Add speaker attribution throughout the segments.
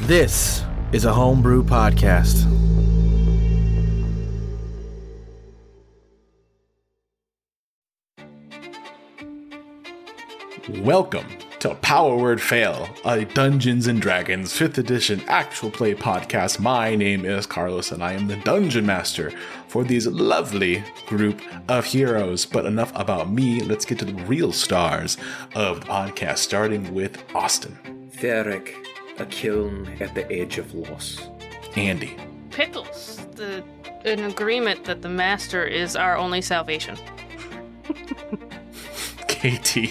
Speaker 1: This is a homebrew podcast.
Speaker 2: Welcome to Power Word Fail, a Dungeons and Dragons 5th edition actual play podcast. My name is Carlos and I am the Dungeon Master for these lovely group of heroes. But enough about me, let's get to the real stars of the podcast, starting with Austin,
Speaker 3: Theric, a kiln at the edge of loss.
Speaker 2: Andy,
Speaker 4: Pickles, the, an agreement that the master is our only salvation.
Speaker 2: Katie,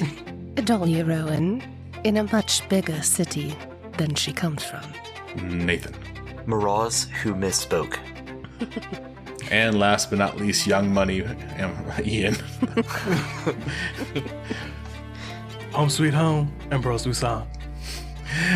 Speaker 5: Dolly Rowan in a much bigger city than she comes from.
Speaker 2: Nathan,
Speaker 6: Miraz, who misspoke.
Speaker 2: and last but not least, Young Money, um, Ian.
Speaker 7: Home sweet home, Ambrose Busan.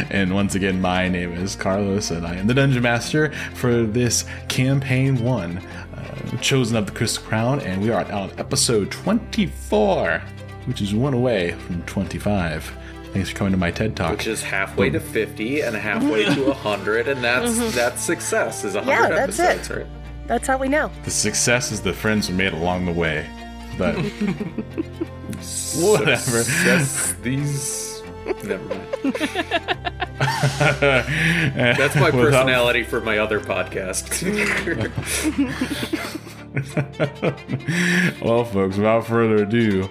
Speaker 2: And once again, my name is Carlos, and I am the Dungeon Master for this campaign one, uh, Chosen of the Crystal Crown, and we are on episode 24, which is one away from 25. Thanks for coming to my TED Talk.
Speaker 3: Which is halfway to 50 and halfway to 100, and that's that's success, is 100
Speaker 5: Mm-hmm. Yeah, that's
Speaker 3: episodes,
Speaker 5: it.
Speaker 3: right?
Speaker 5: That's how we know.
Speaker 2: the success is the friends we made along the way. But Whatever.
Speaker 3: Success, these. Never mind.
Speaker 2: that's
Speaker 3: That's my personality for my other podcast.
Speaker 2: well, folks, without further ado,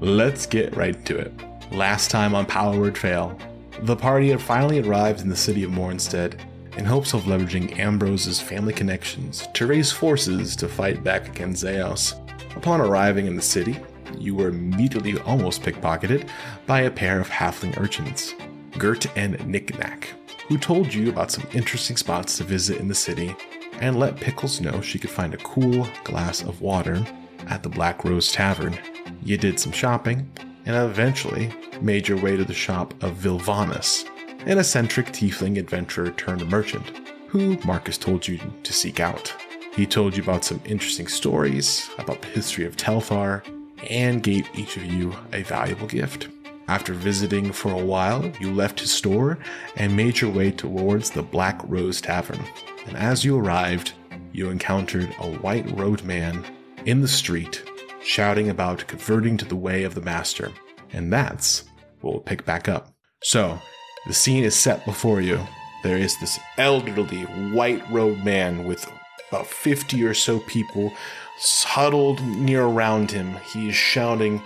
Speaker 2: let's get right to it. Last time on Power Word Fail, the party had finally arrived in the city of Mornstead in hopes of leveraging Ambrose's family connections to raise forces to fight back against Zeos. Upon arriving in the city, you were immediately almost pickpocketed by a pair of halfling urchins, Gert and Knickknack, who told you about some interesting spots to visit in the city and let Pickles know she could find a cool glass of water at the Black Rose Tavern. You did some shopping and eventually made your way to the shop of Vilvanus, an eccentric tiefling adventurer turned merchant who Marcus told you to seek out. He told you about some interesting stories, about the history of Telthar, and gave each of you a valuable gift. After visiting for a while, you left his store and made your way towards the Black Rose Tavern. And as you arrived, you encountered a white robed man in the street shouting about converting to the way of the Master. And that's what we'll pick back up. So, the scene is set before you. There is this elderly, white robed man with about 50 or so people huddled near around him. He is shouting,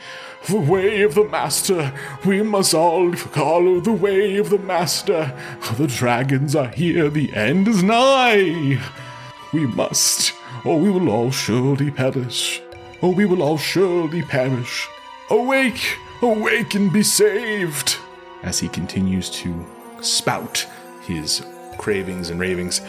Speaker 2: The way of the master! We must all follow the way of the master! The dragons are here, the end is nigh! We must, or we will all surely perish. Or we will all surely perish. Awake! Awake and be saved! As he continues to spout his cravings and ravings,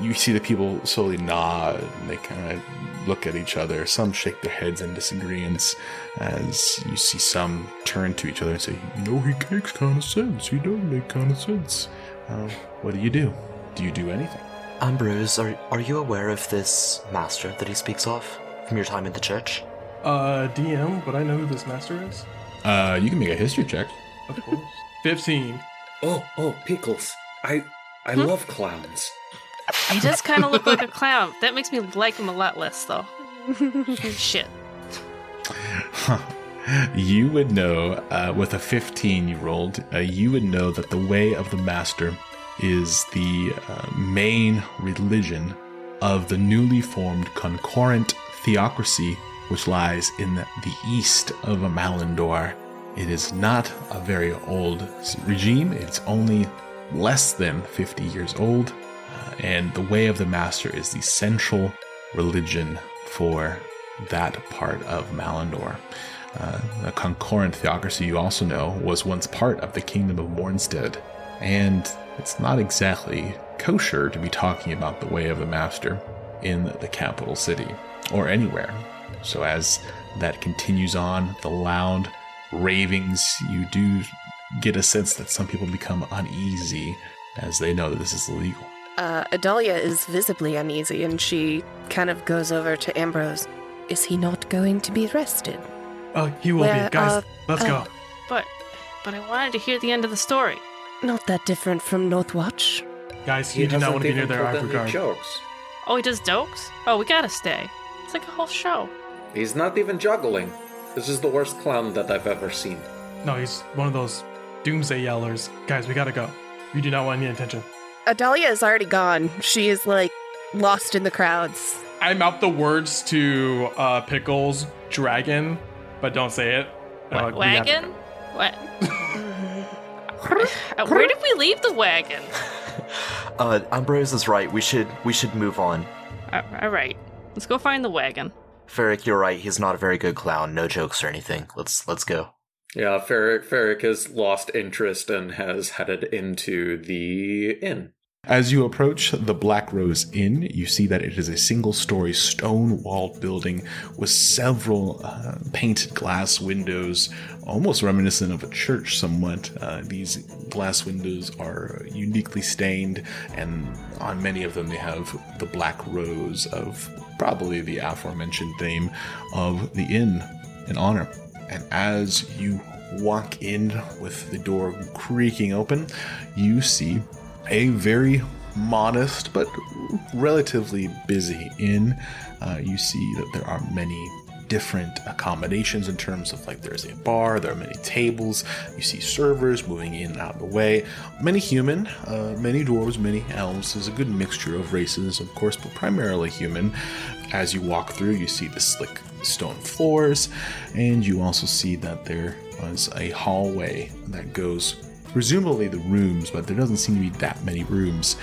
Speaker 2: you see the people slowly nod and they kind of look at each other. Some shake their heads in disagreement as you see some turn to each other and say, You know, he makes kind of sense. He does make kind of sense. Uh, what do you do? Do you do anything?
Speaker 6: Ambrose, are, are you aware of this master that he speaks of from your time in the church?
Speaker 7: Uh, DM, would I know who this master is?
Speaker 2: Uh, you can make a history check.
Speaker 7: Of course. 15.
Speaker 3: oh, oh, pickles. I I
Speaker 5: Hmm?
Speaker 3: love clowns.
Speaker 4: He does kind of look like a clown. That makes me like him a lot less, though. Shit.
Speaker 2: You would know, uh, with a 15 year old, uh, you would know that the way of the master is the uh, main religion of the newly formed concurrent theocracy, which lies in the, the east of Amalindor. It is not a very old s- regime, it's only less than 50 years old, uh, and the way of the master is the central religion for that part of Malindor. Uh, a concurrent theocracy you also know was once part of the kingdom of Mornstead, and it's not exactly kosher to be talking about the way of the master in the capital city or anywhere. So as that continues on, the loud ravings, you do get a sense that some people become uneasy as they know that this is illegal.
Speaker 5: Uh, Adalia is visibly uneasy and she kind of goes over to Ambrose. Is he not going to be arrested?
Speaker 7: Uh, he will
Speaker 5: Where,
Speaker 7: be. Guys,
Speaker 5: uh,
Speaker 7: let's
Speaker 5: uh,
Speaker 7: go.
Speaker 4: But, but I wanted to hear the end of the story.
Speaker 5: Not that different from Northwatch.
Speaker 7: Guys, you do not
Speaker 3: hasn't
Speaker 7: want to be near
Speaker 3: even
Speaker 7: their
Speaker 3: told
Speaker 7: ivory
Speaker 3: any
Speaker 7: guard.
Speaker 3: jokes.
Speaker 4: Oh, he does jokes? Oh, we gotta stay. It's like a whole show.
Speaker 3: He's not even juggling. This is the worst clown that I've ever seen.
Speaker 7: No, he's one of those doomsday yellers. Guys, we gotta go. You do not want any attention.
Speaker 5: Adalia is already gone. She is like lost in the crowds.
Speaker 7: I mouth the words to uh, Pickles Dragon, but don't say it. Uh, we have to
Speaker 4: wagon?
Speaker 7: go.
Speaker 4: What? Uh, Where did we leave the wagon?
Speaker 6: Uh, Ambrose is right. We should we should move on.
Speaker 4: All all right, let's go find the wagon.
Speaker 6: Ferric, you're right. He's not a very good clown. No jokes or anything. Let's let's go.
Speaker 3: Yeah, Ferric, Ferric has lost interest and has headed into the inn.
Speaker 2: As you approach the Black Rose Inn, you see that it is a single story stone walled building with several uh, painted glass windows, almost reminiscent of a church somewhat. Uh, these glass windows are uniquely stained, and on many of them, they have the Black Rose of probably the aforementioned theme of the inn in honor. And as you walk in with the door creaking open, you see a very modest but relatively busy inn. Uh, you see that there are many different accommodations in terms of like there's a bar, there are many tables, you see servers moving in and out of the way, many human, uh, many dwarves, many elves. There's a good mixture of races, of course, but primarily human. As you walk through, you see the slick stone floors, and you also see that there was a hallway that goes presumably the rooms, but there doesn't seem to be that many rooms.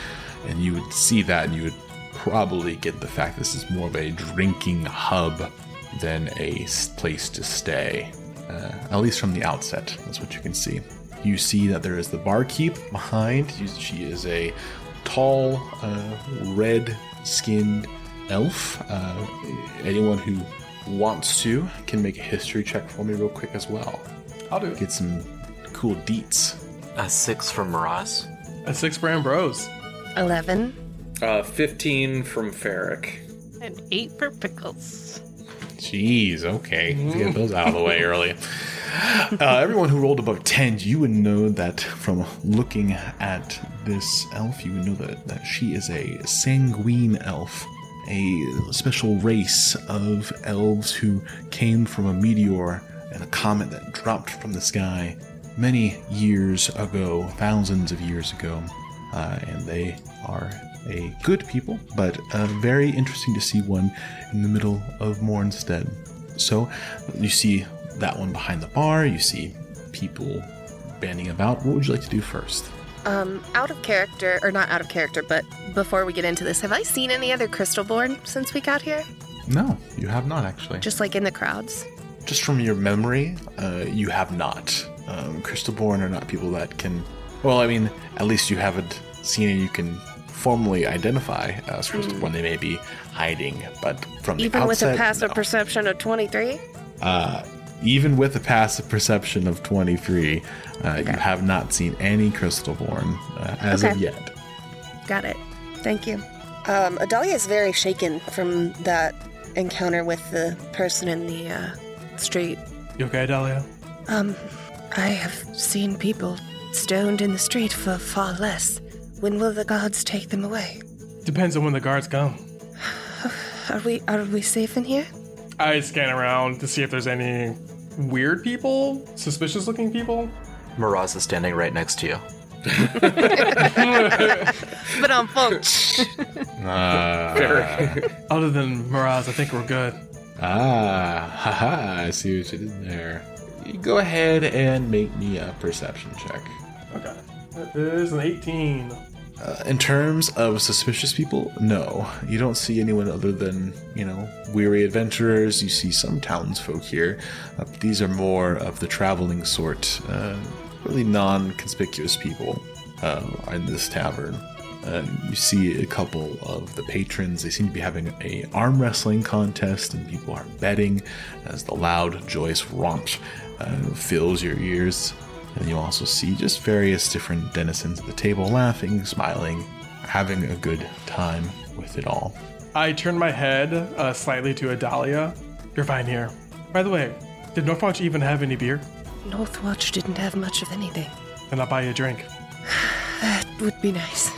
Speaker 2: And you would see that, and you would probably get the fact this is more of a drinking hub than a s- place to stay. Uh, at least from the outset, that's what you can see. You see that there is the barkeep behind. You- She is a tall, uh, red skinned elf. Uh, anyone who wants to can make a history check for me, real quick, as well. I'll do it. Get some cool deets.
Speaker 6: A six from Miraz.
Speaker 7: A six brand bros.
Speaker 5: 11.
Speaker 3: Uh, 15 from Ferric.
Speaker 4: And eight for pickles.
Speaker 2: Jeez, okay. Let's get those out of the way early. Uh, everyone who rolled above 10, you would know that from looking at this elf, you would know that, that she is a sanguine elf, a special race of elves who came from a meteor and a comet that dropped from the sky many years ago, thousands of years ago. Uh, and they are a good people, but uh, very interesting to see one in the middle of Mornstead. So you see that one behind the bar, you see people banding about. What would you like to do first?
Speaker 5: Um, out of character, or not out of character, but before we get into this, have I seen any other crystal born since we got here?
Speaker 2: No, you have not actually.
Speaker 5: Just like in the crowds?
Speaker 2: Just from your memory, uh, you have not. Um, Crystalborn are not people that can. Well, I mean, at least you haven't seen and you can formally identify as Crystalborn. They may be hiding, but from the
Speaker 5: Even with a
Speaker 2: outset,
Speaker 5: passive
Speaker 2: no.
Speaker 5: perception of 23?
Speaker 2: Uh, even with a passive perception of 23, uh, you have not seen any Crystalborn uh, as of
Speaker 5: Okay.
Speaker 2: yet.
Speaker 5: Got it. Thank you. Um, Adalia is very shaken from that encounter with the person in the uh, street.
Speaker 7: You okay, Dahlia?
Speaker 5: Um, I have seen people stoned in the street for far less. When will the guards take them away?
Speaker 7: Depends on when the guards come.
Speaker 5: Are we are we safe in here?
Speaker 7: I scan around to see if there's any weird people, suspicious looking people.
Speaker 6: Miraz is standing right next to you.
Speaker 5: But on phone.
Speaker 7: Other than Miraz, I think we're good.
Speaker 2: Ah, haha, I see what you did there. Go ahead and make me a perception check.
Speaker 7: Okay. That is an 18.
Speaker 2: Uh, in terms of suspicious people, no. You don't see anyone other than, you know, weary adventurers. You see some townsfolk here. Uh, but these are more of the traveling sort, uh, really non conspicuous people uh, in this tavern. Uh, you see a couple of the patrons. They seem to be having a arm wrestling contest, and people are betting as the loud, joyous romp uh, fills your ears. And you also see just various different denizens at the table laughing, smiling, having a good time with it all.
Speaker 7: I turn my head uh, slightly to Adalia. You're fine here. By the way, did Northwatch even have any beer?
Speaker 5: Northwatch didn't have much of anything.
Speaker 7: Then I'll buy you a drink.
Speaker 5: That would be nice.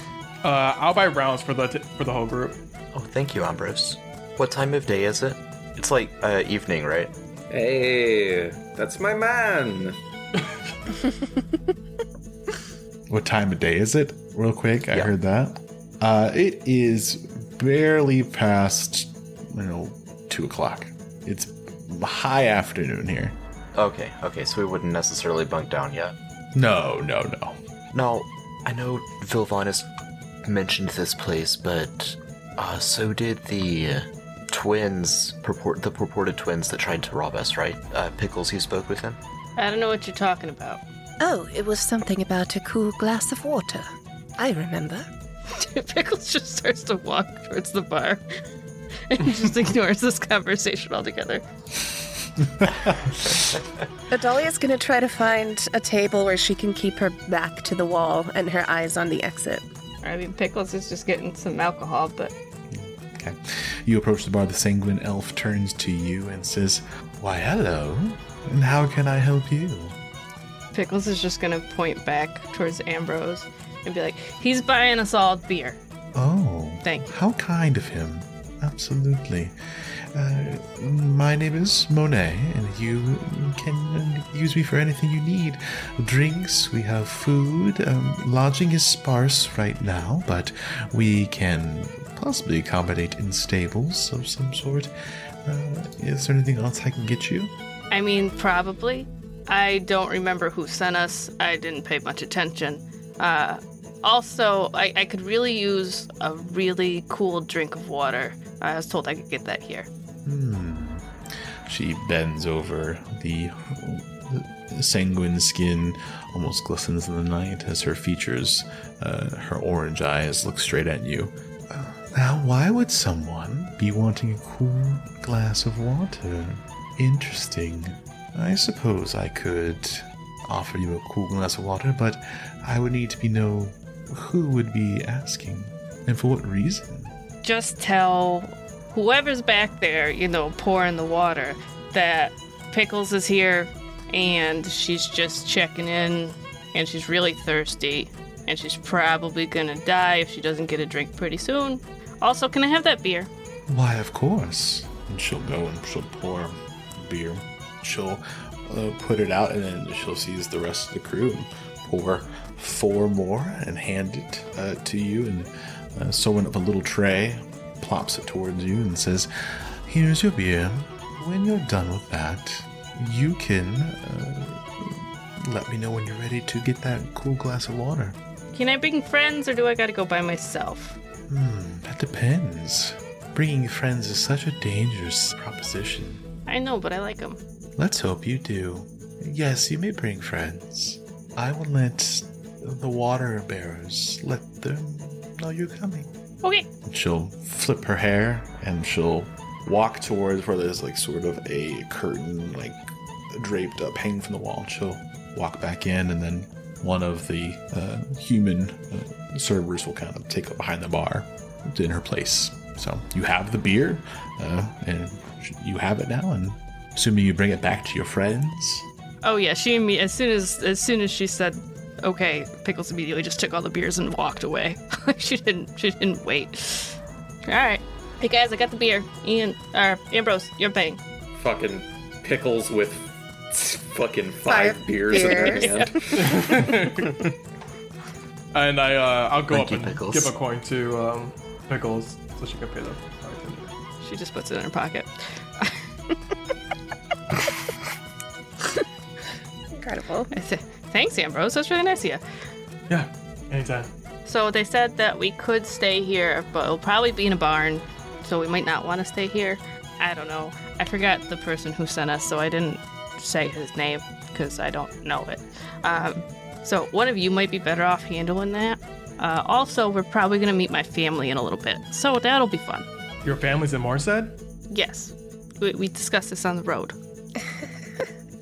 Speaker 7: Uh, I'll buy rounds for the t- for the whole group.
Speaker 6: Oh, thank you, Ambrose. What time of day is it? It's like uh, evening, right?
Speaker 3: Hey, that's my man.
Speaker 2: What time of day is it? Real quick, I
Speaker 6: Yeah.
Speaker 2: heard that. Uh, it is barely past, you know, two o'clock. It's high afternoon here.
Speaker 6: Okay, okay, so we wouldn't necessarily bunk down yet.
Speaker 2: No, no, no.
Speaker 6: Now, I know Vilvanus mentioned this place, but uh, so did the twins, purport, the purported twins that tried to rob us, right? Uh, Pickles, you spoke with him?
Speaker 4: I don't know what you're talking about.
Speaker 5: Oh, it was something about a cool glass of water. I remember.
Speaker 4: Pickles just starts to walk towards the bar and just ignores this conversation altogether.
Speaker 5: Adalia's gonna try to find a table where she can keep her back to the wall and her eyes on the exit.
Speaker 8: I mean, Pickles is just getting some alcohol, but
Speaker 2: Okay. You approach the bar. The sanguine elf turns to you and says, "Why, hello. And how can I help you?"
Speaker 8: Pickles is just gonna point back towards Ambrose.
Speaker 4: And be like, he's buying us all beer.
Speaker 2: Oh,
Speaker 4: Thank you.
Speaker 2: How kind of him. Absolutely. Uh, my name is Monet, and you can use me for anything you need. Drinks, we have food. Um, lodging is sparse right now, but we can possibly accommodate in stables of some sort. Uh, is there anything else I can get you?
Speaker 4: I mean, probably. I don't remember who sent us. I didn't pay much attention. Uh, also, I, I could really use a really cool drink of water. I was told I could get that here.
Speaker 2: She bends over. The sanguine skin almost glistens in the night as her features, uh, her orange eyes, look straight at you. Now, why would someone be wanting a cool glass of water? Interesting. I suppose I could offer you a cool glass of water, but I would need to be know who would be asking and for what reason.
Speaker 4: just tell whoever's back there, you know, pouring the water, that Pickles is here and she's just checking in and she's really thirsty and she's probably gonna die if she doesn't get a drink pretty soon. Also, can I have that beer?
Speaker 2: Why, of course. And she'll go and she'll pour beer. She'll uh, put it out, and then she'll seize the rest of the crew and pour four more and hand it uh, to you. And uh, someone of a little tray plops it towards you and says, Here's your beer. When you're done with that, you can uh, let me know when you're ready to get that cool glass of water.
Speaker 4: Can I bring friends or do I gotta go by myself?
Speaker 2: That depends. Bringing friends is such a dangerous proposition.
Speaker 4: I know, but I like them.
Speaker 2: Let's hope you do. Yes, you may bring friends. I will let the water bearers let them know you're coming.
Speaker 4: Okay,
Speaker 2: She'll flip her hair and she'll walk towards where there's like sort of a curtain like draped up hanging from the wall. She'll walk back in and then one of the uh, human uh, servers will kind of take up behind the bar in her place. So you have the beer uh, and you have it now and assuming you bring it back to your friends.
Speaker 4: Oh yeah, she imme- as soon as as soon as she said okay, Pickles immediately just took all the beers and walked away. she didn't she didn't wait. All right. Hey guys, I got the beer. Ian or Ambrose, you're paying.
Speaker 3: Fucking pickles with fucking five,
Speaker 5: Five
Speaker 3: beers,
Speaker 5: beers.
Speaker 3: in her hand.
Speaker 7: And I uh, I'll go
Speaker 6: Thank
Speaker 7: up
Speaker 6: you,
Speaker 7: and
Speaker 6: Pickles.
Speaker 7: give a coin to um, Pickles so she can pay the bartender.
Speaker 4: She just puts it in her pocket.
Speaker 5: Incredible.
Speaker 4: I said, "Thanks, Ambrose. That's really nice of you."
Speaker 7: Yeah, anytime.
Speaker 4: So they said that we could stay here, but it'll probably be in a barn, so we might not want to stay here. I don't know. I forgot the person who sent us, so I didn't say his name because I don't know it. Um, so one of you might be better off handling that. Uh, also, we're probably going to meet my family in a little bit, so that'll be fun.
Speaker 7: Your family's in Morstead?
Speaker 4: Yes, we, we discussed this on the road.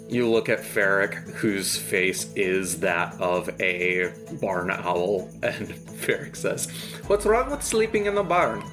Speaker 3: You look at Ferric, whose face is that of a barn owl, and Ferric says, What's wrong with sleeping in the barn?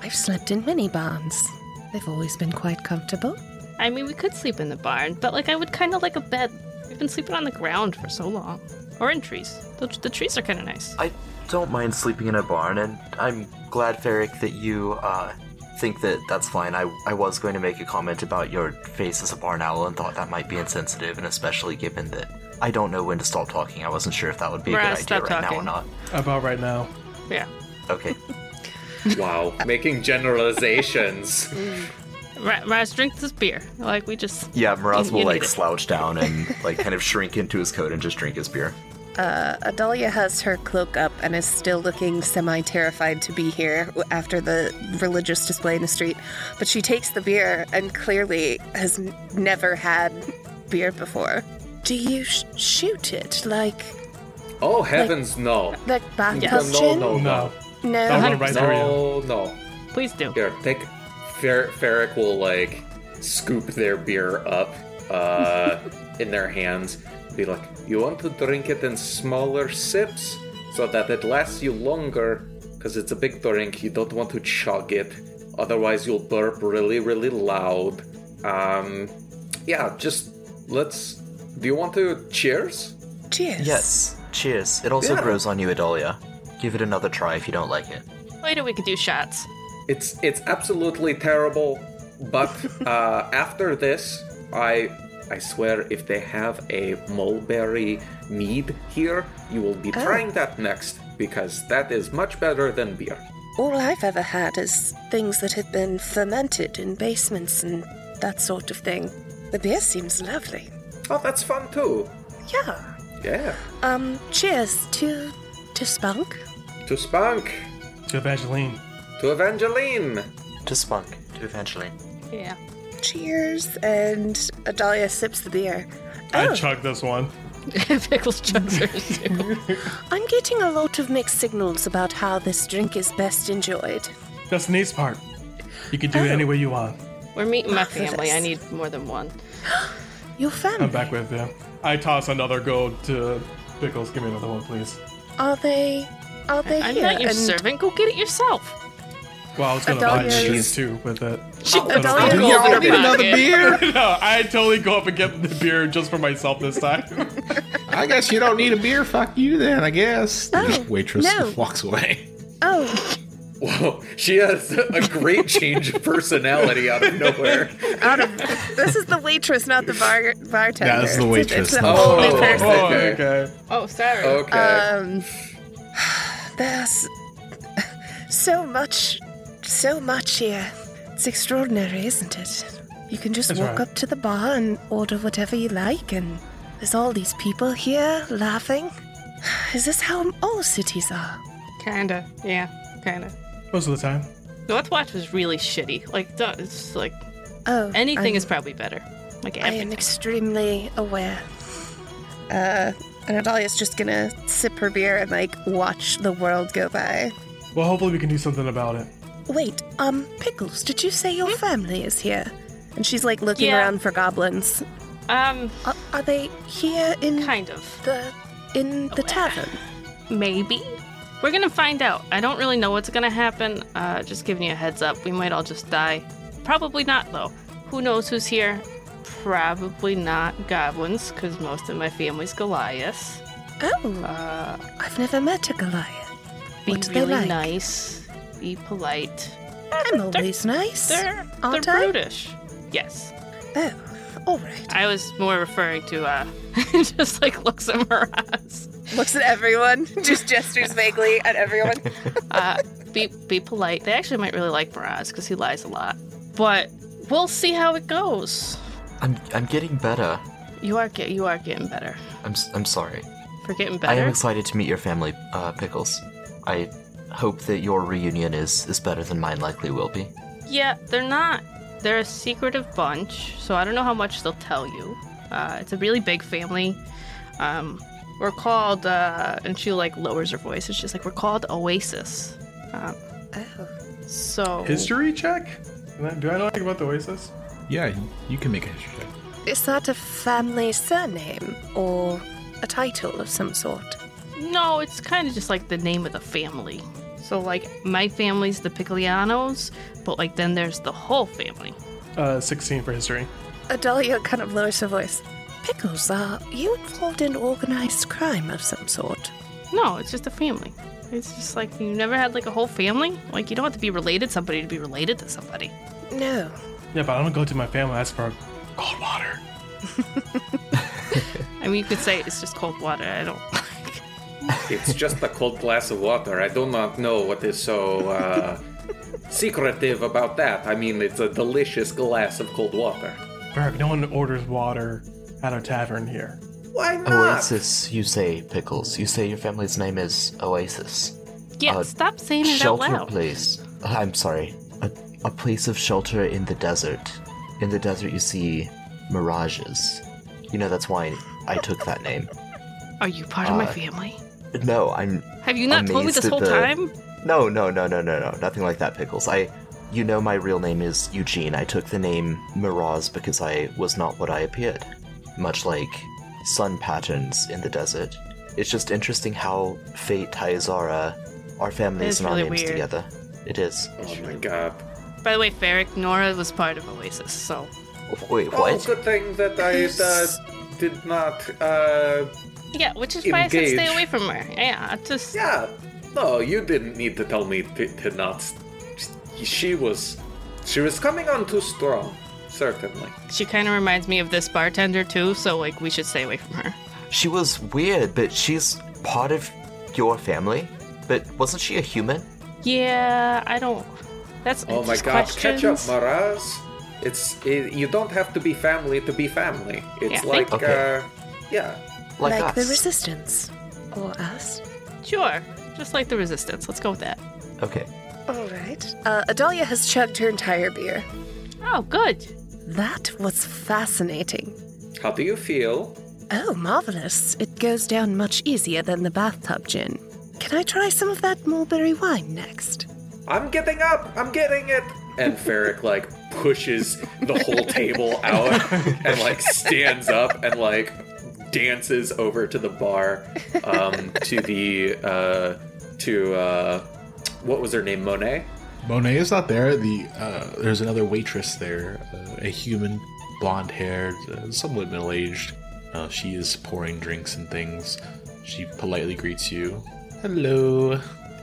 Speaker 5: I've slept in many barns. They've always been quite comfortable.
Speaker 4: I mean, we could sleep in the barn, but like I would kind of like a bed. We've been sleeping on the ground for so long, or in trees. The, the trees are kind of nice.
Speaker 6: I don't mind sleeping in a barn, and I'm glad, Ferric, that you uh, think that that's fine. I, I was going to make a comment about your face as a barn owl and thought that might be insensitive, and especially given that I don't know when to stop talking. I wasn't sure if that would be a
Speaker 4: Right,
Speaker 6: good idea
Speaker 4: stop
Speaker 6: right now or
Speaker 4: talking.
Speaker 6: not.
Speaker 7: About right now.
Speaker 4: Yeah.
Speaker 6: Okay.
Speaker 3: Wow, making generalizations.
Speaker 4: Ra- Raz, drink this beer. Like we just.
Speaker 6: Yeah, Miraz
Speaker 4: You-
Speaker 6: will
Speaker 4: you need
Speaker 6: like
Speaker 4: it.
Speaker 6: slouch down and like kind of shrink into his coat and just drink his beer.
Speaker 5: Adalia has her cloak up and is still looking semi terrified to be here w- after the religious display in the street. But she takes the beer and clearly has n- never had beer before. Do you sh- shoot it like
Speaker 3: Oh heavens, no.
Speaker 5: like back
Speaker 3: No, no,
Speaker 5: gin?
Speaker 3: no,
Speaker 7: No.
Speaker 3: no,
Speaker 7: That'll
Speaker 5: No.
Speaker 7: run right through you.
Speaker 3: no, no.
Speaker 4: Please do.
Speaker 3: Here, take. Fer- Ferric will like scoop their beer up uh, in their hands. Be like, you want to drink it in smaller sips so that it lasts you longer, because it's a big drink. You don't want to chug it, otherwise you'll burp really, really loud. Um, yeah, just let's. Do you want to cheers?
Speaker 5: Cheers.
Speaker 6: Yes. Cheers. It also
Speaker 3: Yeah.
Speaker 6: grows on you, Adalia. Give it another try if you don't like it.
Speaker 4: Later we could do shots.
Speaker 3: It's it's absolutely terrible, but uh, after this, I I swear, if they have a mulberry mead here, you will be trying that next because that is much better than beer.
Speaker 5: All I've ever had is things that have been fermented in basements and that sort of thing. The beer seems lovely.
Speaker 3: Oh, that's fun too.
Speaker 5: Yeah.
Speaker 3: Yeah,
Speaker 5: Um. Cheers to to spunk.
Speaker 3: to Spunk,
Speaker 7: To Evangeline.
Speaker 3: to Evangeline.
Speaker 6: To Spunk. To Evangeline.
Speaker 4: Yeah.
Speaker 5: Cheers, and Adalia sips the beer. Oh,
Speaker 7: I chug this one.
Speaker 4: Pickles chugs are too.
Speaker 5: I'm getting a lot of mixed signals about how this drink is best enjoyed.
Speaker 7: That's the nice part. You can do it
Speaker 5: Oh.
Speaker 7: any way you want.
Speaker 4: We're meeting my family.
Speaker 5: Marvelous.
Speaker 4: I need more than one.
Speaker 5: Your
Speaker 7: I'm
Speaker 5: family,
Speaker 7: back with you. I toss another gold to Pickles. Give me another one, please.
Speaker 5: are they? Are they
Speaker 4: I'm
Speaker 5: here?
Speaker 4: not your
Speaker 5: And
Speaker 4: servant. Go get it yourself.
Speaker 7: Well, I was gonna buy
Speaker 5: Adelia's-
Speaker 7: cheese too with it.
Speaker 5: Adelia's-
Speaker 4: Go
Speaker 5: y'all
Speaker 4: over
Speaker 5: need
Speaker 4: pocket.
Speaker 1: another beer?
Speaker 7: no, I totally go up and get the beer just for myself this time.
Speaker 2: I guess you don't need a beer. Fuck you then, I guess. The
Speaker 5: Oh,
Speaker 2: waitress
Speaker 5: no.
Speaker 2: walks away.
Speaker 5: Oh,
Speaker 3: Whoa, she has a great change of personality out of nowhere.
Speaker 5: out of this is the waitress, not the bar bartender.
Speaker 2: That's the
Speaker 5: It's a-
Speaker 2: waitress,
Speaker 5: It's a
Speaker 2: not the
Speaker 5: whole new
Speaker 3: bartender.
Speaker 5: person.
Speaker 7: oh,
Speaker 3: Okay.
Speaker 7: okay.
Speaker 4: Oh, sorry.
Speaker 3: Okay.
Speaker 5: Um, there's so much, so much here. It's extraordinary, isn't it? You can just
Speaker 7: That's
Speaker 5: walk
Speaker 7: right.
Speaker 5: up to the bar and order whatever you like, and there's all these people here laughing. Is this how all cities are?
Speaker 4: Kinda. Yeah. Kinda.
Speaker 7: Most of the time.
Speaker 4: North Watch was really shitty. Like, don't- it's like
Speaker 5: Oh,
Speaker 4: anything
Speaker 5: I'm-
Speaker 4: is probably better. Like
Speaker 5: I am
Speaker 4: everything.
Speaker 5: extremely aware. Uh, and Adalia's just gonna sip her beer and like watch the world go by.
Speaker 7: Well, hopefully we can do something about it.
Speaker 5: Wait, um, Pickles, did you say your family is here? And she's like looking
Speaker 4: Hmm? Yeah.
Speaker 5: around for goblins.
Speaker 4: Um,
Speaker 5: Are, are they here in
Speaker 4: kind of.
Speaker 5: the in the tavern?
Speaker 4: Maybe. We're gonna find out. I don't really know what's gonna happen. Uh, just giving you a heads up. We might all just die. Probably not, though. Who knows who's here? Probably not goblins, because most of my family's Goliaths.
Speaker 5: Oh,
Speaker 4: Uh,
Speaker 5: I've never met a Goliath.
Speaker 4: Be
Speaker 5: What do they
Speaker 4: really
Speaker 5: like?
Speaker 4: nice. Be polite.
Speaker 5: I'm always nice.
Speaker 4: They're
Speaker 5: Aren't
Speaker 4: they're
Speaker 5: I?
Speaker 4: brutish. Yes.
Speaker 5: Oh, all right.
Speaker 4: I was more referring to uh just like looks at Miraz.
Speaker 5: Looks at everyone, just gestures vaguely at everyone.
Speaker 4: Be be polite. They actually might really like Miraz because he lies a lot. But we'll see how it goes.
Speaker 6: I'm I'm getting better.
Speaker 4: You are get you are getting better.
Speaker 6: I'm s- I'm sorry.
Speaker 4: For getting
Speaker 6: I
Speaker 4: better.
Speaker 6: am excited to meet your family, uh, Pickles. I hope that your reunion is is better than mine likely will be.
Speaker 4: yeah, they're not. They're a secretive bunch, so I don't know how much they'll tell you. Uh, it's a really big family. Um, we're called, uh, and she like lowers her voice. and she's like, we're called Oasis. Um,
Speaker 5: Oh.
Speaker 4: so
Speaker 7: History check? Can I- Do I know anything about the Oasis?
Speaker 2: Yeah, you can make a history check.
Speaker 5: Is that a family surname or a title of some sort?
Speaker 4: No, it's kind of just like the name of the family. So like my family's the Picolianos, but like then there's the whole family.
Speaker 7: Uh, 16 for history.
Speaker 5: Adalia kind of lowers her voice. Pickles, are you involved in organized crime of some sort?
Speaker 4: No, it's just a family. It's just like you never had like a whole family. Like you don't have to be related to somebody to be related to somebody.
Speaker 5: No.
Speaker 7: Yeah, but I don't go to my family. That's for cold water.
Speaker 4: I mean, you could say it's just cold water. I don't.
Speaker 3: It's just a cold glass of water. I do not know what is so uh, secretive about that. I mean, it's a delicious glass of cold water.
Speaker 7: Berg, no one orders water at our tavern here.
Speaker 3: Why
Speaker 6: Oh,
Speaker 4: Ah!
Speaker 3: not?
Speaker 6: Oasis, you say pickles. You say your family's name is Oasis.
Speaker 4: Yeah,
Speaker 6: Uh,
Speaker 4: stop saying it out
Speaker 6: shelter
Speaker 4: loud.
Speaker 6: place. I'm sorry. A, a place of shelter in the desert. In the desert, you see mirages. You know, that's why I took that name.
Speaker 4: Are you part of my family?
Speaker 6: No, I'm.
Speaker 4: Have you not told me
Speaker 6: Uh, amazed
Speaker 4: this
Speaker 6: at
Speaker 4: whole
Speaker 6: the-
Speaker 4: time?
Speaker 6: No, no, no, no, no, no. Nothing like that, Pickles. I. You know, my real name is Eugene. I took the name Mirage because I was not what I appeared. Much like sun patterns in the desert. It's just interesting how fate ties our, uh, our families
Speaker 4: is
Speaker 6: and our
Speaker 4: really
Speaker 6: names
Speaker 4: weird.
Speaker 6: together. It is.
Speaker 3: Oh my god.
Speaker 4: By the way, Ferric, Nora was part of Oasis, so
Speaker 6: Wait,
Speaker 3: Oh,
Speaker 6: what?
Speaker 3: good thing that I uh, did not. Uh,
Speaker 4: yeah, which is why I said
Speaker 3: Engage.
Speaker 4: stay away from her. Yeah, I just
Speaker 3: yeah. No, you didn't need to tell me to, to not. She was. She was coming on too strong, certainly.
Speaker 4: she kind of reminds me of this bartender too. So like, we should stay away from her.
Speaker 6: She was weird, but she's part of your family. But wasn't she a human?
Speaker 4: Yeah, I don't. That's
Speaker 3: Oh
Speaker 4: it's
Speaker 3: my
Speaker 4: just
Speaker 3: god,
Speaker 4: questions.
Speaker 3: catch up, Maraz. It's it, you don't have to be family to be family. It's
Speaker 4: Yeah,
Speaker 3: like
Speaker 4: thank-
Speaker 6: Okay.
Speaker 3: uh, yeah,
Speaker 6: Like,
Speaker 5: like
Speaker 6: us.
Speaker 5: the resistance. Or us.
Speaker 4: Sure, just like the Resistance. Let's go with that.
Speaker 6: okay.
Speaker 5: All right. Uh, Adalia has chugged her entire beer.
Speaker 4: Oh, good.
Speaker 5: That was fascinating.
Speaker 3: How do you feel?
Speaker 5: Oh, marvelous. It goes down much easier than the bathtub gin. Can I try some of that mulberry wine next?
Speaker 3: I'm getting up. I'm getting it. And Ferric like pushes the whole table out and like stands up and like dances over to the bar um, to the uh, to uh, what was her name Monet.
Speaker 2: Monet is not there. The uh, there's another waitress there, uh, a human, blonde haired, uh, somewhat middle aged. Uh, she is pouring drinks and things. She politely greets you. Hello.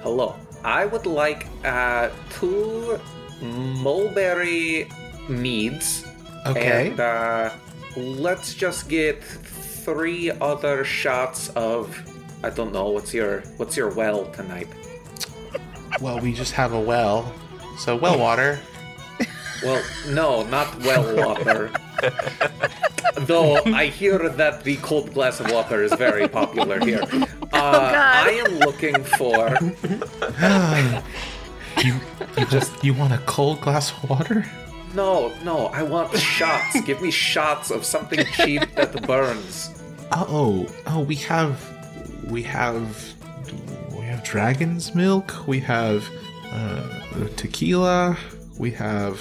Speaker 3: Hello. I would like uh, two mulberry meads.
Speaker 2: Okay.
Speaker 3: And uh, let's just get three other shots of I don't know what's your what's your well tonight.
Speaker 2: Well, we just have a well, so well water.
Speaker 3: Well, no, not well water. Though I hear that the cold glass of water is very popular here. Uh, I am looking for
Speaker 2: You you just you want a cold glass of water?
Speaker 3: no, no. I want shots. Give me shots of something cheap that burns.
Speaker 2: Oh oh we have we have we have dragon's milk. We have uh, tequila. We have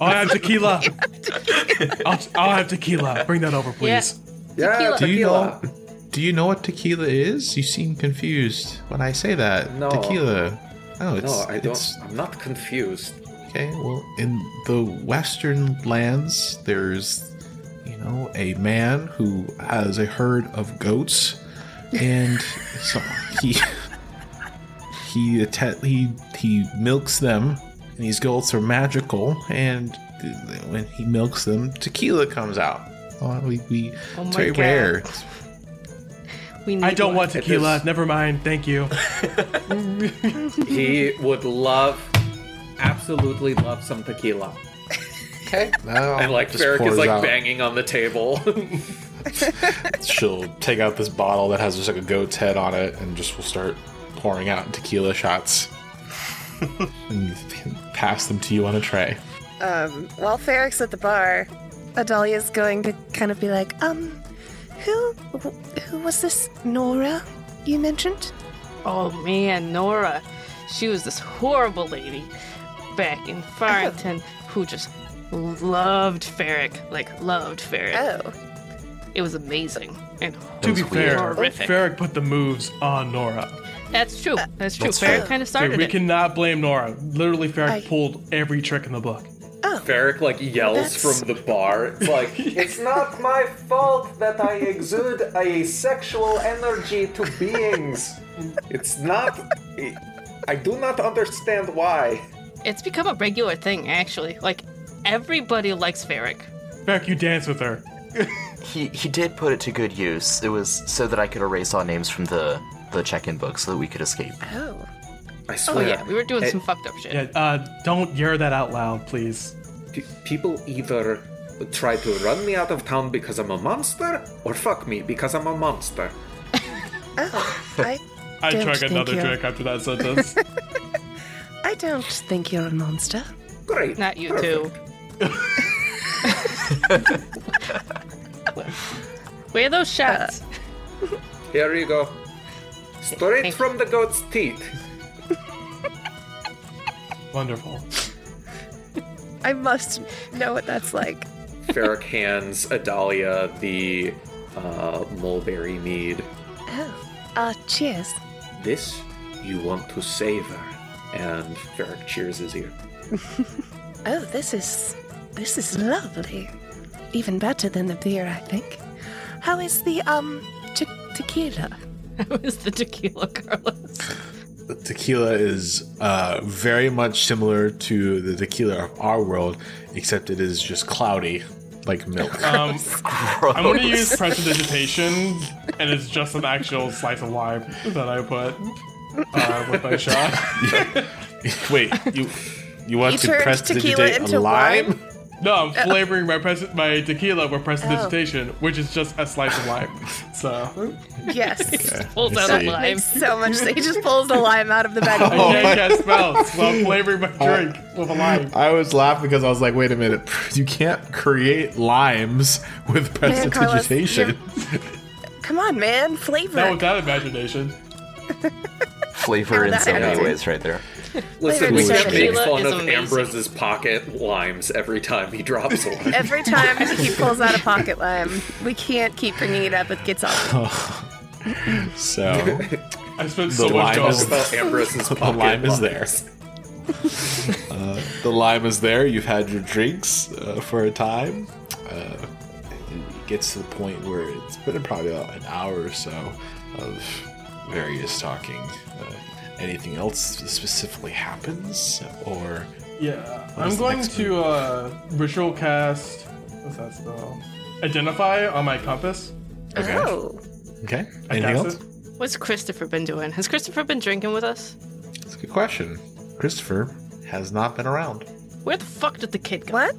Speaker 7: I'll have tequila. I'll, I'll have tequila. Bring that over, please.
Speaker 3: Yeah,
Speaker 4: Tequila.
Speaker 2: Do you know? Do you know what tequila is? You seem confused when I say that.
Speaker 3: No.
Speaker 2: Tequila. Oh, it's,
Speaker 3: No, I don't.
Speaker 2: it's
Speaker 3: I'm not confused.
Speaker 2: okay. Well, in the Western lands, there's, you know, a man who has a herd of goats, and so he he atte- he he milks them, and these goats are magical, and th- when he milks them, tequila comes out. Oh, we, we,
Speaker 4: Oh
Speaker 2: it's very
Speaker 4: my God.
Speaker 2: rare. It's
Speaker 4: We need
Speaker 7: I don't
Speaker 4: one.
Speaker 7: want tequila.
Speaker 3: is-
Speaker 7: Never mind. Thank you.
Speaker 3: He would love, absolutely love some tequila.
Speaker 2: No,
Speaker 3: And like
Speaker 2: just
Speaker 3: Ferric is
Speaker 2: pours
Speaker 3: like
Speaker 2: out.
Speaker 3: banging on the table.
Speaker 2: She'll take out this bottle that has just like a goat's head on it, and just will start pouring out tequila shots. and you can pass them to you on a tray.
Speaker 5: Um, while Ferric's at the bar, Adalia's going to kind of be like, um, who, wh- who was this Nora you mentioned?
Speaker 4: Oh man, Nora. She was this horrible lady back in Farrington who just loved Ferric. Like, loved Ferric.
Speaker 5: Oh,
Speaker 4: It was amazing and
Speaker 7: to be fair,
Speaker 4: horrific.
Speaker 7: Ferric put the moves on Nora.
Speaker 4: That's true. That's true.
Speaker 6: That's
Speaker 4: Ferric
Speaker 6: fair.
Speaker 4: kind of
Speaker 7: Okay,
Speaker 4: started
Speaker 7: we
Speaker 4: it.
Speaker 7: cannot blame Nora. Literally, Ferric
Speaker 5: I-
Speaker 7: pulled every trick in the book.
Speaker 5: oh,
Speaker 3: Ferric like yells from the bar. It's like it's not my fault that I exude a sexual energy to beings. It's not. I do not understand why.
Speaker 4: It's become a regular thing, actually. Like, everybody likes Ferric.
Speaker 7: Back, you dance with her.
Speaker 6: He he did put it to good use. It was so that I could erase our names from the the check-in book so that we could escape.
Speaker 5: Oh.
Speaker 3: I
Speaker 4: Oh,
Speaker 3: swear.
Speaker 4: yeah, we were doing
Speaker 3: Hey,
Speaker 4: some fucked up shit.
Speaker 7: Yeah, uh, don't yell that out loud, please.
Speaker 3: P- people either try to run me out of town because I'm a monster, or fuck me because I'm a monster.
Speaker 5: Oh, I,
Speaker 7: I
Speaker 5: Don't
Speaker 7: chug
Speaker 5: think
Speaker 7: another
Speaker 5: you.
Speaker 7: drink after that sentence.
Speaker 5: I don't think you're a monster.
Speaker 3: Great.
Speaker 4: Not you
Speaker 3: perfect.
Speaker 4: two. Where are those shots?
Speaker 3: Here you go. Straight from the goat's teeth.
Speaker 7: Wonderful.
Speaker 5: I must know what that's like.
Speaker 3: Ferric hands Adalia the uh, mulberry mead.
Speaker 5: Oh. Uh, cheers.
Speaker 3: This you want to savor. And Ferric cheers his ear.
Speaker 5: Oh, this is this is lovely. Even better than the beer, I think. How is the um te- tequila?
Speaker 4: How is the tequila, Carlos?
Speaker 2: The tequila is uh, very much similar to the tequila of our world, except it is just cloudy, like milk.
Speaker 5: Oh.
Speaker 7: Um, I'm going to use prestidigitation, and it's just an actual slice of lime that I put uh, with my shot.
Speaker 2: Wait, you you want
Speaker 5: You
Speaker 2: to
Speaker 5: turned
Speaker 2: press
Speaker 5: tequila
Speaker 2: digitate a
Speaker 5: into
Speaker 2: lime?
Speaker 5: wine?
Speaker 7: No, I'm flavoring my pres- my tequila with prestidigitation, which is just a slice of lime. So
Speaker 5: Yes.
Speaker 4: Pulls
Speaker 2: I
Speaker 4: out a
Speaker 2: see.
Speaker 4: lime.
Speaker 5: Makes so much. He just pulls the lime out of the bag.
Speaker 7: I
Speaker 2: Oh my- Uh,
Speaker 7: can't cast spells while flavoring my drink with a lime.
Speaker 2: I was laughing because I was like, wait a minute, you can't create limes with
Speaker 5: Man, Carlos,
Speaker 2: prestidigitation.
Speaker 5: Come on, man, flavor.
Speaker 7: Not without imagination.
Speaker 6: Flavor in
Speaker 5: that
Speaker 6: so many
Speaker 5: happened?
Speaker 6: ways, right there.
Speaker 3: Listen, we
Speaker 5: Wait,
Speaker 3: should make
Speaker 4: tequila
Speaker 3: fun
Speaker 4: is
Speaker 3: of
Speaker 4: amazing.
Speaker 3: Ambrose's pocket limes every time he drops one.
Speaker 5: Every time he pulls out a pocket lime, we can't keep bringing it up. It gets
Speaker 3: Oh,
Speaker 5: off.
Speaker 2: So
Speaker 7: I spent so
Speaker 2: The lime
Speaker 7: much time.
Speaker 2: is-
Speaker 3: Talk about Ambrose's
Speaker 2: the
Speaker 3: pocket
Speaker 2: lime is there.
Speaker 3: limes.
Speaker 2: Uh, the lime is there. You've had your drinks uh, for a time. Uh, and it gets to the point where it's been probably about an hour or so of various talking. Uh, anything else specifically happens, or
Speaker 7: Yeah,
Speaker 2: What is
Speaker 7: I'm
Speaker 2: the
Speaker 7: going
Speaker 2: next
Speaker 7: to uh, ritual cast. What's that spell? Identify on my compass.
Speaker 2: okay,
Speaker 5: Oh,
Speaker 2: okay,
Speaker 7: I
Speaker 2: anything
Speaker 7: cast
Speaker 2: else?
Speaker 7: it.
Speaker 4: What's Christopher been doing? Has Christopher been drinking with us?
Speaker 2: That's a good question. Christopher has not been around.
Speaker 4: Where the fuck did the kid go?
Speaker 5: what?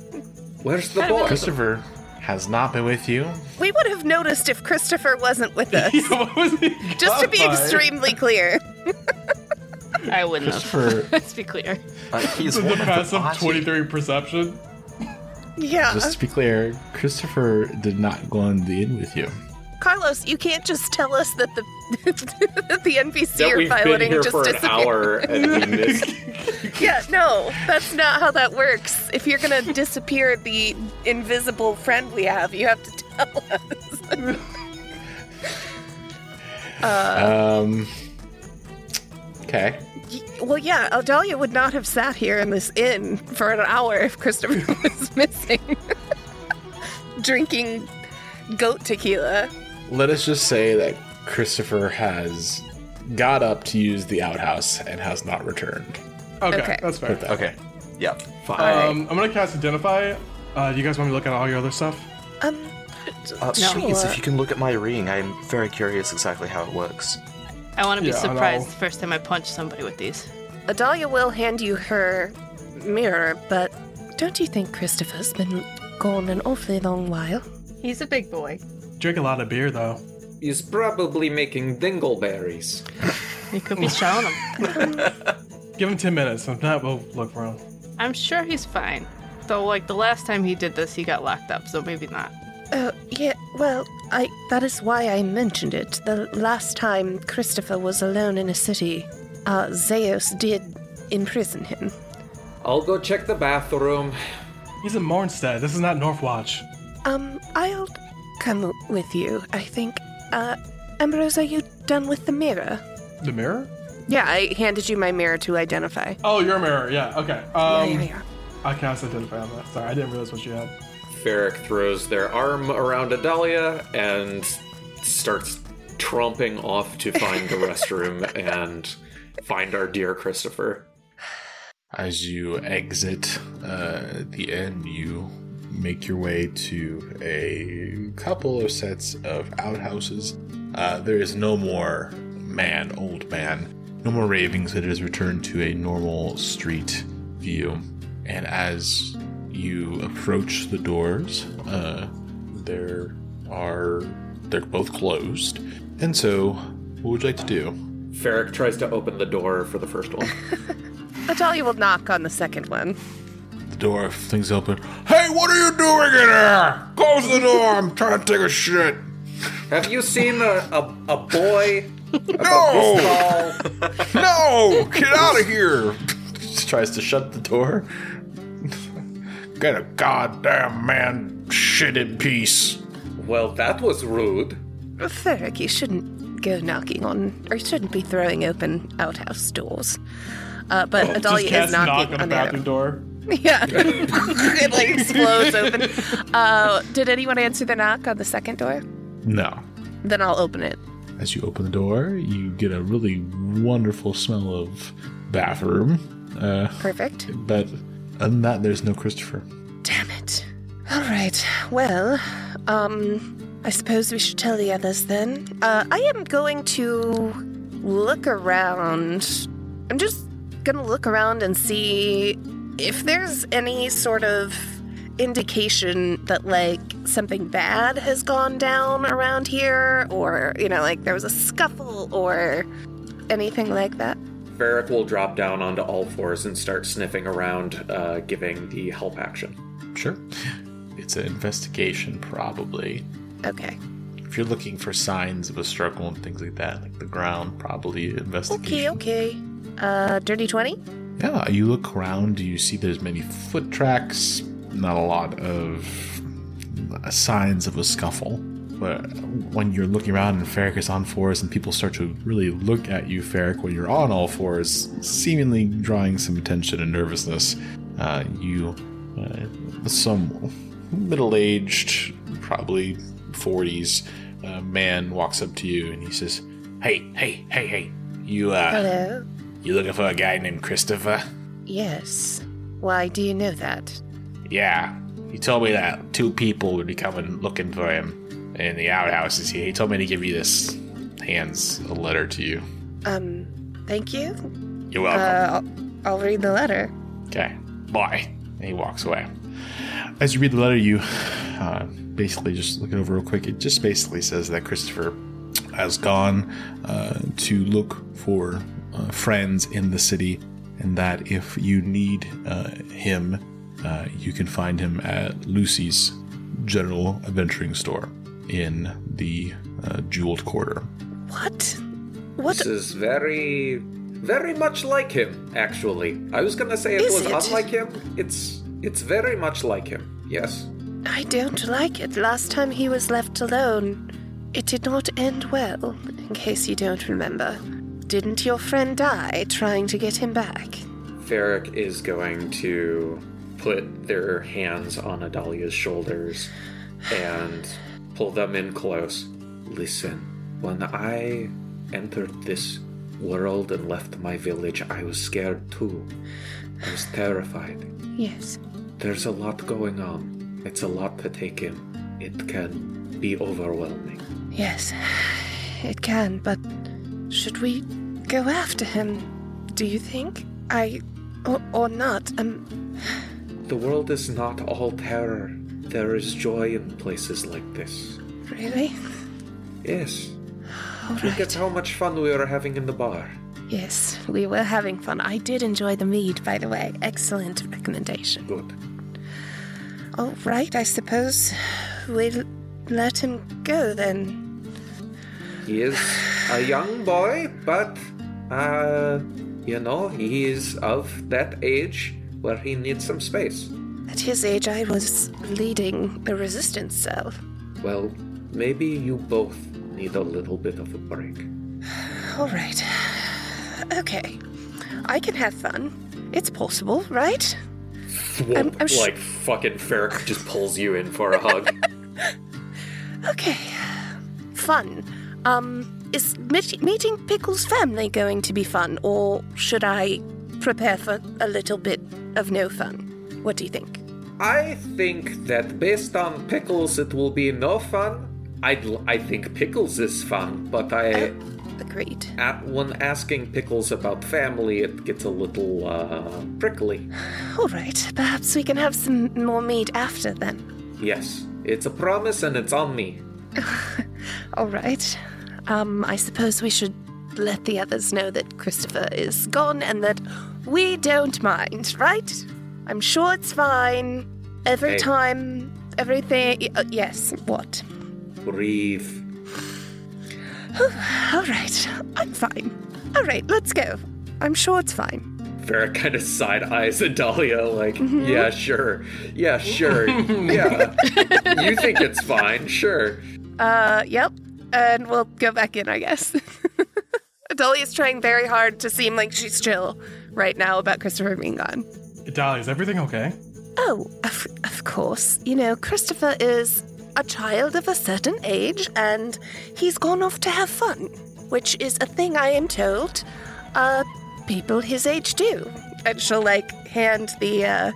Speaker 3: Where's the
Speaker 4: Kind of
Speaker 3: boy?
Speaker 4: a-
Speaker 2: Christopher has not been with you.
Speaker 5: We would have noticed if Christopher wasn't with us.
Speaker 7: Yeah, what was he
Speaker 5: Just to be
Speaker 7: caught by?
Speaker 5: extremely clear.
Speaker 4: I wouldn't have.
Speaker 2: Christopher
Speaker 4: Let's be clear.
Speaker 6: Uh, he's
Speaker 7: The
Speaker 6: one of the
Speaker 7: passive
Speaker 6: Ozzy.
Speaker 7: 23 perception.
Speaker 5: Yeah.
Speaker 2: Just to be clear, Christopher did not go on the inn with you.
Speaker 5: Carlos, you can't just tell us that the that the NPC
Speaker 3: that
Speaker 5: are
Speaker 3: we've been
Speaker 5: piloting
Speaker 3: here
Speaker 5: just
Speaker 3: for an
Speaker 5: disappeared.
Speaker 3: hour and we missed.
Speaker 5: Yeah, no, that's not how that works. If you're gonna disappear the invisible friend we have, you have to tell us.
Speaker 2: Um. Okay.
Speaker 5: Y- Well, yeah, Adalia would not have sat here in this inn for an hour if Christopher was missing, drinking goat tequila.
Speaker 2: Let us just say that Christopher has got up to use the outhouse and has not returned.
Speaker 7: Okay,
Speaker 5: Okay.
Speaker 7: that's fair.
Speaker 6: Okay. Yeah.
Speaker 5: Uh,
Speaker 7: Um, I'm gonna cast identify. Uh, do you guys want me to look at all your other stuff?
Speaker 5: Um,
Speaker 6: Uh,
Speaker 5: sure.
Speaker 6: Please, if you can look at my ring, I'm very curious exactly how it works.
Speaker 4: I want to be
Speaker 7: Yeah, I know.
Speaker 4: surprised the first time I punch somebody with these.
Speaker 5: Adalia will hand you her mirror, but don't you think Christopher's been gone an awfully long while?
Speaker 8: He's a big boy.
Speaker 7: Drink a lot of beer though.
Speaker 3: He's probably making dingleberries.
Speaker 4: You could be showing him.
Speaker 7: Give him 10 minutes. If not, we'll look for him.
Speaker 4: I'm sure he's fine. Though, like, the last time he did this, he got locked up, so maybe not.
Speaker 5: Oh, yeah, well, I that is why I mentioned it. The last time Christopher was alone in a city, uh, Zeus did imprison him.
Speaker 3: I'll go check the bathroom.
Speaker 7: He's in Mornstead. This is not Northwatch.
Speaker 5: Um, I'll come with you, I think. Uh, Ambrose, are you done with the mirror?
Speaker 7: The mirror?
Speaker 5: Yeah, I handed you my mirror to identify.
Speaker 7: Oh, your mirror. Yeah. Okay.
Speaker 5: yeah,
Speaker 7: Um,
Speaker 5: yeah, yeah.
Speaker 7: I cast Identify on that. Sorry, I didn't realize what you had.
Speaker 3: Ferric throws their arm around Adalia and starts tromping off to find the restroom and find our dear Christopher.
Speaker 2: As you exit uh, the end, you make your way to a couple of sets of outhouses. Uh, there is no more man, old man, no more ravings. It has returned to a normal street view. And as you approach the doors, uh, there are they're both closed. And so, what would you like to do?
Speaker 3: Ferric tries to open the door for the first one.
Speaker 5: Natalia will knock on the second one.
Speaker 2: The door flings open. Hey, what are you doing in here? Close the door. I'm trying to take a shit.
Speaker 3: Have you seen a, a, a boy?
Speaker 2: No,
Speaker 3: Oh,
Speaker 2: no, get out of here. Just tries to shut the door. get a goddamn man shit in peace.
Speaker 3: well, that was rude.
Speaker 5: Ferric, you shouldn't go knocking on, or you shouldn't be throwing open outhouse doors. Uh, but
Speaker 7: Just
Speaker 5: Adalia
Speaker 7: cast
Speaker 5: is knocking
Speaker 7: knock on the
Speaker 5: the
Speaker 7: bathroom
Speaker 5: other.
Speaker 7: door.
Speaker 5: Yeah, it like explodes open. Uh, did anyone answer the knock on the second door?
Speaker 2: No.
Speaker 5: Then I'll open it.
Speaker 2: As you open the door, you get a really wonderful smell of bathroom. Uh,
Speaker 5: Perfect.
Speaker 2: but other than that, there's no Christopher.
Speaker 5: Damn it. All right. Well, um, I suppose we should tell the others then. Uh, I am going to look around. I'm just gonna look around and see if there's any sort of indication that like something bad has gone down around here or you know like there was a scuffle or anything like that
Speaker 3: Ferric will drop down onto all fours and start sniffing around, uh, giving the help action.
Speaker 2: Sure. It's an investigation, probably.
Speaker 5: okay
Speaker 2: If you're looking for signs of a struggle and things like that, like the ground, probably
Speaker 5: okay
Speaker 2: investigation.
Speaker 5: okay uh dirty 20
Speaker 2: Yeah, you look around, you see there's many foot tracks, not a lot of uh, signs of a scuffle. But when you're looking around and Ferric is on fours and people start to really look at you, Ferric, when you're on all fours, seemingly drawing some attention and nervousness, uh, you, uh, some middle aged, probably 40s uh, man walks up to you and he says, Hey, hey, hey, hey, you, uh,
Speaker 5: hello
Speaker 2: you looking for a guy named Christopher?
Speaker 5: Yes. Why do you know that?
Speaker 2: Yeah. He told me that two people would be coming looking for him in the outhouses here. He told me to give you this. Hands a letter to you.
Speaker 5: Um, thank you.
Speaker 2: You're
Speaker 5: Uh,
Speaker 2: welcome.
Speaker 5: I'll, I'll read the letter.
Speaker 2: okay. Bye. And he walks away. As you read the letter, you uh, basically just look it over real quick. It just basically says that Christopher has gone uh, to look for uh, friends in the city, and that if you need uh, him, uh, you can find him at Lucy's General Adventuring Store in the uh, Jeweled Quarter.
Speaker 5: What? What?
Speaker 3: This is very, very much like him, actually. I was gonna say it
Speaker 5: Is
Speaker 3: was
Speaker 5: it?
Speaker 3: unlike him. It's it's very much like him. Yes.
Speaker 5: I don't like it. Last time he was left alone, it did not end well, in case you don't remember. Didn't your friend die trying to get him back?
Speaker 3: Ferric is going to put their hands on Adalia's shoulders and pull them in close. Listen, when I entered this world and left my village, I was scared too. I was terrified.
Speaker 5: Yes.
Speaker 3: There's a lot going on. It's a lot to take in. It can be overwhelming.
Speaker 5: Yes. It can, but should we go after him? Do you think? I. Or, or not? Um,
Speaker 3: The world is not all terror. There is joy in places like this.
Speaker 5: really?
Speaker 3: Yes.
Speaker 5: All
Speaker 3: Look at
Speaker 5: right.
Speaker 3: how much fun we were having in the bar.
Speaker 5: Yes, we were having fun. I did enjoy the mead, by the way. Excellent recommendation.
Speaker 3: Good.
Speaker 5: All right, I suppose we'll let him go then.
Speaker 3: He is a young boy, but, uh, you know, he is of that age where he needs some space.
Speaker 5: At his age, I was leading a resistance cell.
Speaker 3: Well, maybe you both need a little bit of a break.
Speaker 5: All right. Okay. I can have fun. It's possible, right?
Speaker 3: thwomp,
Speaker 5: I'm- I'm sh-
Speaker 3: like fucking Ferric just pulls you in for a hug.
Speaker 5: Okay. Fun. Um, is meet- meeting Pickle's family going to be fun, or should I prepare for a little bit of no fun? What do you think?
Speaker 3: I think that based on Pickles, it will be no fun. I'd, l- I think Pickles is fun, but I,
Speaker 5: Oh, Agreed.
Speaker 3: at, when asking Pickles about family, it gets a little uh, prickly.
Speaker 5: All right. Perhaps we can have some more mead after then.
Speaker 3: Yes, it's a promise and it's on me.
Speaker 5: All right. Um, I suppose we should let the others know that Christopher is gone and that we don't mind, right? I'm sure it's fine. Every
Speaker 3: Hey.
Speaker 5: time, everything. y- uh, yes. What?
Speaker 3: Breathe.
Speaker 5: All right, I'm fine. All right, let's go. I'm sure it's fine.
Speaker 3: Farrah kind of side eyes at Dahlia, like, yeah, sure. Yeah, sure. yeah. You think it's fine, sure.
Speaker 5: Uh, yep. And we'll go back in, I guess. Dolly is trying very hard to seem like she's chill right now about Christopher being gone.
Speaker 7: Dolly, is everything okay?
Speaker 5: Oh, of, of course. You know, Christopher is a child of a certain age, and he's gone off to have fun, which is a thing I am told uh, people his age do. And she'll, like, hand the uh,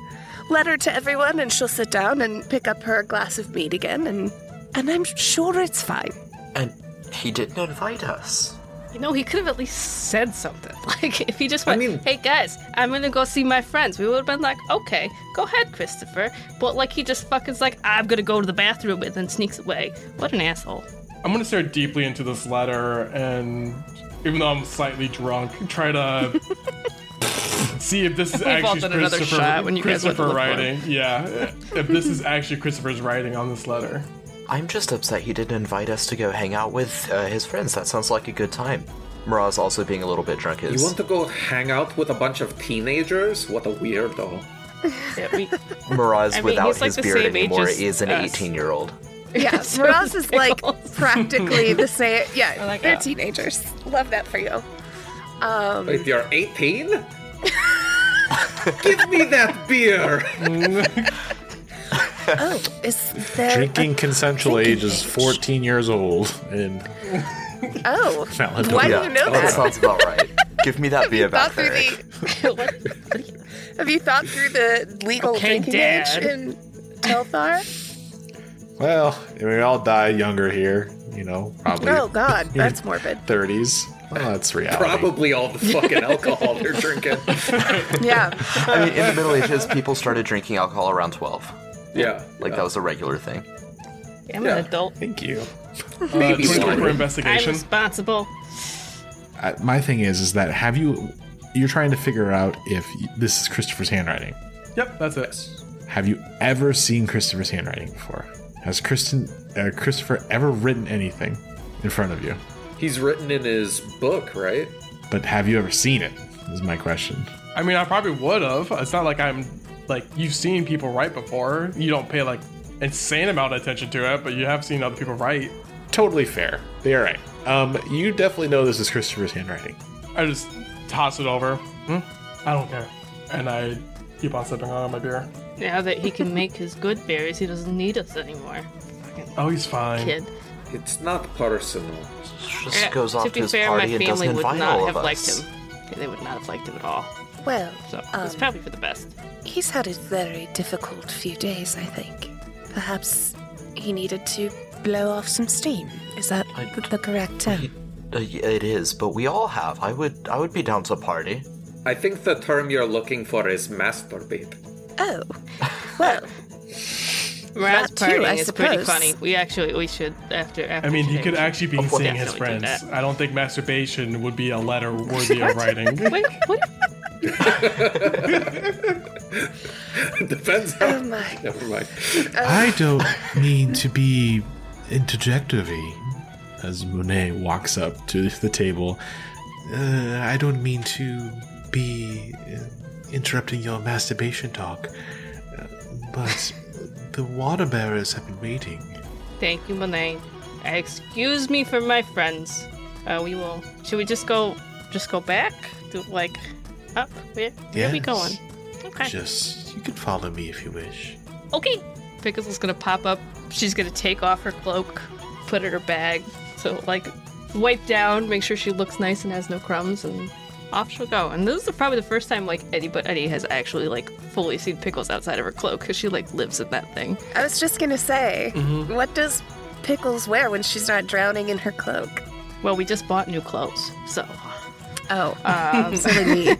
Speaker 5: letter to everyone, and she'll sit down and pick up her glass of mead again, and, and I'm sure it's fine.
Speaker 6: And he didn't invite us.
Speaker 4: You know, he could have at least said something. Like, if he just went,
Speaker 3: mean-
Speaker 4: hey guys, I'm gonna go see my friends, we would have been like, okay, go ahead, Christopher. But, like, he just fucking's like, I'm gonna go to the bathroom and then sneaks away. What an asshole.
Speaker 7: I'm gonna stare deeply into this letter and, even though I'm slightly drunk, try to see if this is
Speaker 4: all
Speaker 7: actually
Speaker 4: done another
Speaker 7: Christopher,
Speaker 4: shot when you guys went to
Speaker 7: Christopher
Speaker 4: look for it.
Speaker 7: writing. Yeah, if this is actually Christopher's writing on this letter.
Speaker 6: I'm just upset he didn't invite us to go hang out with uh, his friends. That sounds like a good time. Miraz also being a little bit drunk
Speaker 3: You
Speaker 6: is.
Speaker 3: want to go hang out with a bunch of teenagers? What a weirdo.
Speaker 4: Yeah, we,
Speaker 6: Miraz
Speaker 4: mean,
Speaker 6: without
Speaker 4: he's like
Speaker 6: his
Speaker 4: the
Speaker 6: beard
Speaker 4: same age
Speaker 6: anymore
Speaker 4: as
Speaker 6: is an
Speaker 4: us.
Speaker 6: 18 year old.
Speaker 5: Yeah,
Speaker 4: So
Speaker 5: Miraz is like
Speaker 4: pickles.
Speaker 5: practically the same. Yeah,
Speaker 4: like
Speaker 5: they're
Speaker 4: that.
Speaker 5: teenagers. Love that for you. Um,
Speaker 3: Wait, you're 18? Give me that beer!
Speaker 5: oh, is there
Speaker 2: Drinking consensual age is
Speaker 5: age.
Speaker 2: 14 years old, and
Speaker 5: Oh,
Speaker 2: Not like
Speaker 5: why
Speaker 2: that.
Speaker 5: do you know
Speaker 6: Oh, that
Speaker 5: that?
Speaker 6: sounds about right. Give me that beer
Speaker 5: Thought
Speaker 6: back
Speaker 5: through
Speaker 6: there.
Speaker 5: the, have you thought through the legal
Speaker 4: Okay,
Speaker 5: drinking
Speaker 4: Dad.
Speaker 5: age in Telthar?
Speaker 2: well, we all die younger here, you know, probably
Speaker 5: Oh God, that's morbid.
Speaker 2: 30s. Well, that's reality.
Speaker 3: Probably all the fucking alcohol they're drinking.
Speaker 5: Yeah,
Speaker 6: I mean, in the Middle Ages, people started drinking alcohol around 12.
Speaker 3: Yeah.
Speaker 6: Like, that was a regular thing.
Speaker 4: I'm
Speaker 3: Yeah.
Speaker 4: an adult.
Speaker 2: Thank you.
Speaker 7: Uh,
Speaker 3: Maybe
Speaker 7: 24
Speaker 3: one.
Speaker 7: for
Speaker 4: I'm
Speaker 7: investigation.
Speaker 4: responsible.
Speaker 2: I, my thing is, is that have you? You're trying to figure out if y- this is Christopher's handwriting.
Speaker 7: Yep, that's it.
Speaker 2: Have you ever seen Christopher's handwriting before? Has Kristen, uh, Christopher ever written anything in front of you?
Speaker 3: He's written in his book, right?
Speaker 2: But have you ever seen it? Is my question.
Speaker 7: I mean, I probably would have. It's not like I'm like you've seen people write before. You don't pay like insane amount of attention to it, but you have seen other people write.
Speaker 2: Totally fair. They're right. Um, you definitely know this is Christopher's handwriting.
Speaker 7: I just toss it over. Hmm? I don't care, and I keep on sipping on my beer.
Speaker 4: Now that he can make his good berries, he doesn't need us anymore. Fucking
Speaker 7: Oh, he's fine.
Speaker 4: kid.
Speaker 3: It's not personal.
Speaker 6: Just
Speaker 4: Yeah,
Speaker 6: goes
Speaker 4: to
Speaker 6: off
Speaker 4: be
Speaker 6: to his
Speaker 4: fair,
Speaker 6: party
Speaker 4: my
Speaker 6: and
Speaker 4: family
Speaker 6: doesn't
Speaker 4: would
Speaker 6: invite
Speaker 4: not
Speaker 6: all
Speaker 4: have
Speaker 6: of
Speaker 4: liked
Speaker 6: us.
Speaker 4: him. They would not have liked him at all.
Speaker 5: well,
Speaker 4: So it's
Speaker 5: Um,
Speaker 4: probably for the best.
Speaker 5: he's had a very difficult few days. I think perhaps he needed to blow off some steam. Is that
Speaker 6: I-
Speaker 5: the correct term?
Speaker 6: Uh, y- it is, but we all have. I would, I would be down to party.
Speaker 3: I think the term you're looking for is masturbate.
Speaker 5: Oh, well,
Speaker 4: Raz
Speaker 5: That too, I
Speaker 4: partying is pretty
Speaker 5: suppose.
Speaker 4: funny. We actually we should after after.
Speaker 7: I mean, he
Speaker 4: today,
Speaker 7: could
Speaker 4: we
Speaker 7: actually be
Speaker 6: Of course.
Speaker 7: seeing his
Speaker 4: Definitely do
Speaker 7: friends.
Speaker 4: that.
Speaker 7: I don't think masturbation would be a letter worthy of writing.
Speaker 4: should- Wait, what?
Speaker 3: Depends
Speaker 5: oh
Speaker 3: how.
Speaker 5: my.
Speaker 3: Never mind.
Speaker 2: I don't mean to be interjectory. As Monet walks up to the table, uh, I don't mean to be uh, interrupting your masturbation talk, uh, but the water bearers have been waiting.
Speaker 4: Thank you, Monet. I excuse me for my friends. Uh, we will. Should we just go? Just go back? Do like up? Where, where are we
Speaker 2: Yes.
Speaker 4: going? Okay.
Speaker 2: Just you can follow me if you wish.
Speaker 4: Okay. Pickles is gonna pop up. She's gonna take off her cloak, put it in her bag. So like, wipe down, make sure she looks nice and has no crumbs, and off she'll go. And this is probably the first time like anybody has actually like fully seen Pickles outside of her cloak because she like lives in that thing.
Speaker 5: I was just gonna say,
Speaker 4: Mm-hmm.
Speaker 5: what does Pickles wear when she's not drowning in her cloak?
Speaker 4: Well, we just bought new clothes, so
Speaker 5: Oh,
Speaker 4: Um.
Speaker 5: silly me.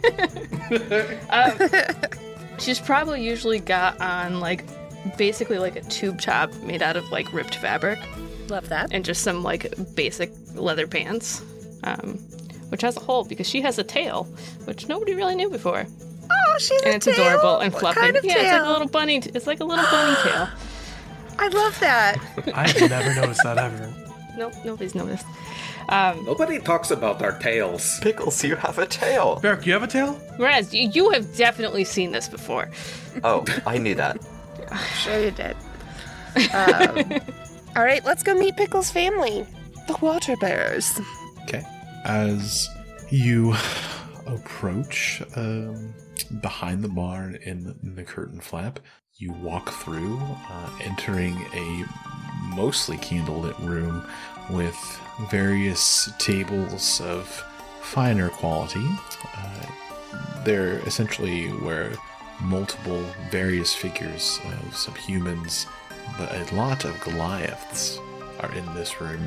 Speaker 4: she's probably usually got on like basically like a tube top made out of like ripped fabric.
Speaker 5: Love that.
Speaker 4: and just some like basic leather pants, um, which has a hole because she has a tail, which nobody really knew before,
Speaker 5: Oh, she's
Speaker 4: and
Speaker 5: a
Speaker 4: it's
Speaker 5: tail?
Speaker 4: adorable and
Speaker 5: What
Speaker 4: fluffy.
Speaker 5: kind of
Speaker 4: yeah,
Speaker 5: tail?
Speaker 4: it's like a little bunny. It's like a little bunny tail.
Speaker 5: I love that.
Speaker 7: I've never noticed that ever.
Speaker 4: Nope, nobody's noticed.
Speaker 3: Nobody talks about our tails.
Speaker 6: Pickles, you have a tail.
Speaker 7: Beric, you have a tail?
Speaker 4: Whereas you, you have definitely seen this before.
Speaker 6: Oh, I knew that.
Speaker 5: Sure you did. Um, all right, let's go meet Pickles' family, the Water Bears.
Speaker 2: Okay. As you approach um, behind the barn in the curtain flap, you walk through, uh, entering a mostly candlelit room with various tables of finer quality. Uh, they're essentially where multiple various figures of some humans, but a lot of Goliaths are in this room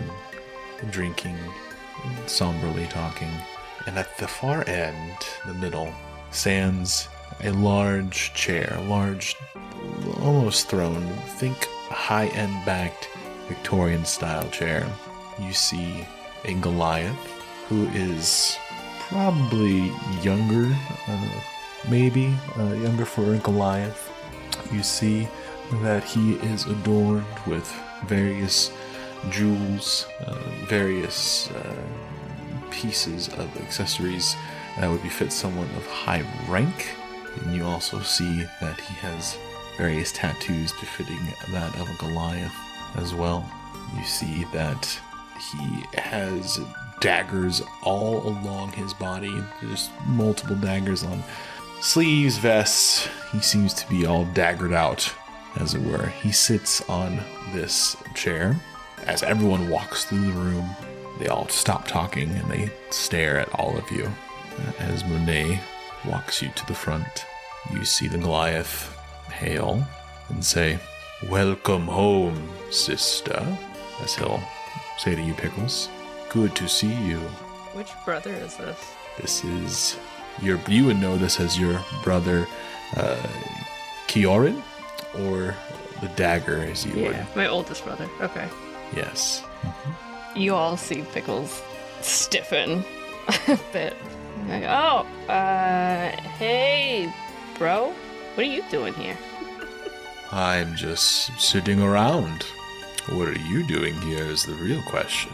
Speaker 2: drinking, somberly talking. And at the far end, the middle, stands a large chair, a large, almost throne. Think high end backed Victorian style chair. You see a Goliath who is probably younger, uh, maybe uh, younger for a Goliath. You see that he is adorned with various jewels, uh, various uh, pieces of accessories that would befit someone of high rank. And you also see that he has various tattoos befitting that of a Goliath as well. You see that he has daggers all along his body, just multiple daggers on sleeves, vests. He seems to be all daggered out, as it were. He sits on this chair. As everyone walks through the room, they all stop talking and they stare at all of you. As Monet walks you to the front, you see the Goliath hail and say, Welcome home, sister. As he'll say to you, Pickles, good to see you.
Speaker 4: Which brother is this?
Speaker 2: This is your you would know this as your brother uh Kiorin or the dagger as you would.
Speaker 4: My oldest brother. Okay.
Speaker 2: Yes.
Speaker 4: You all see Pickles stiffen a bit. Like, oh, uh, hey, bro, what are you doing here?
Speaker 2: I'm just sitting around. What are you doing here is the real question.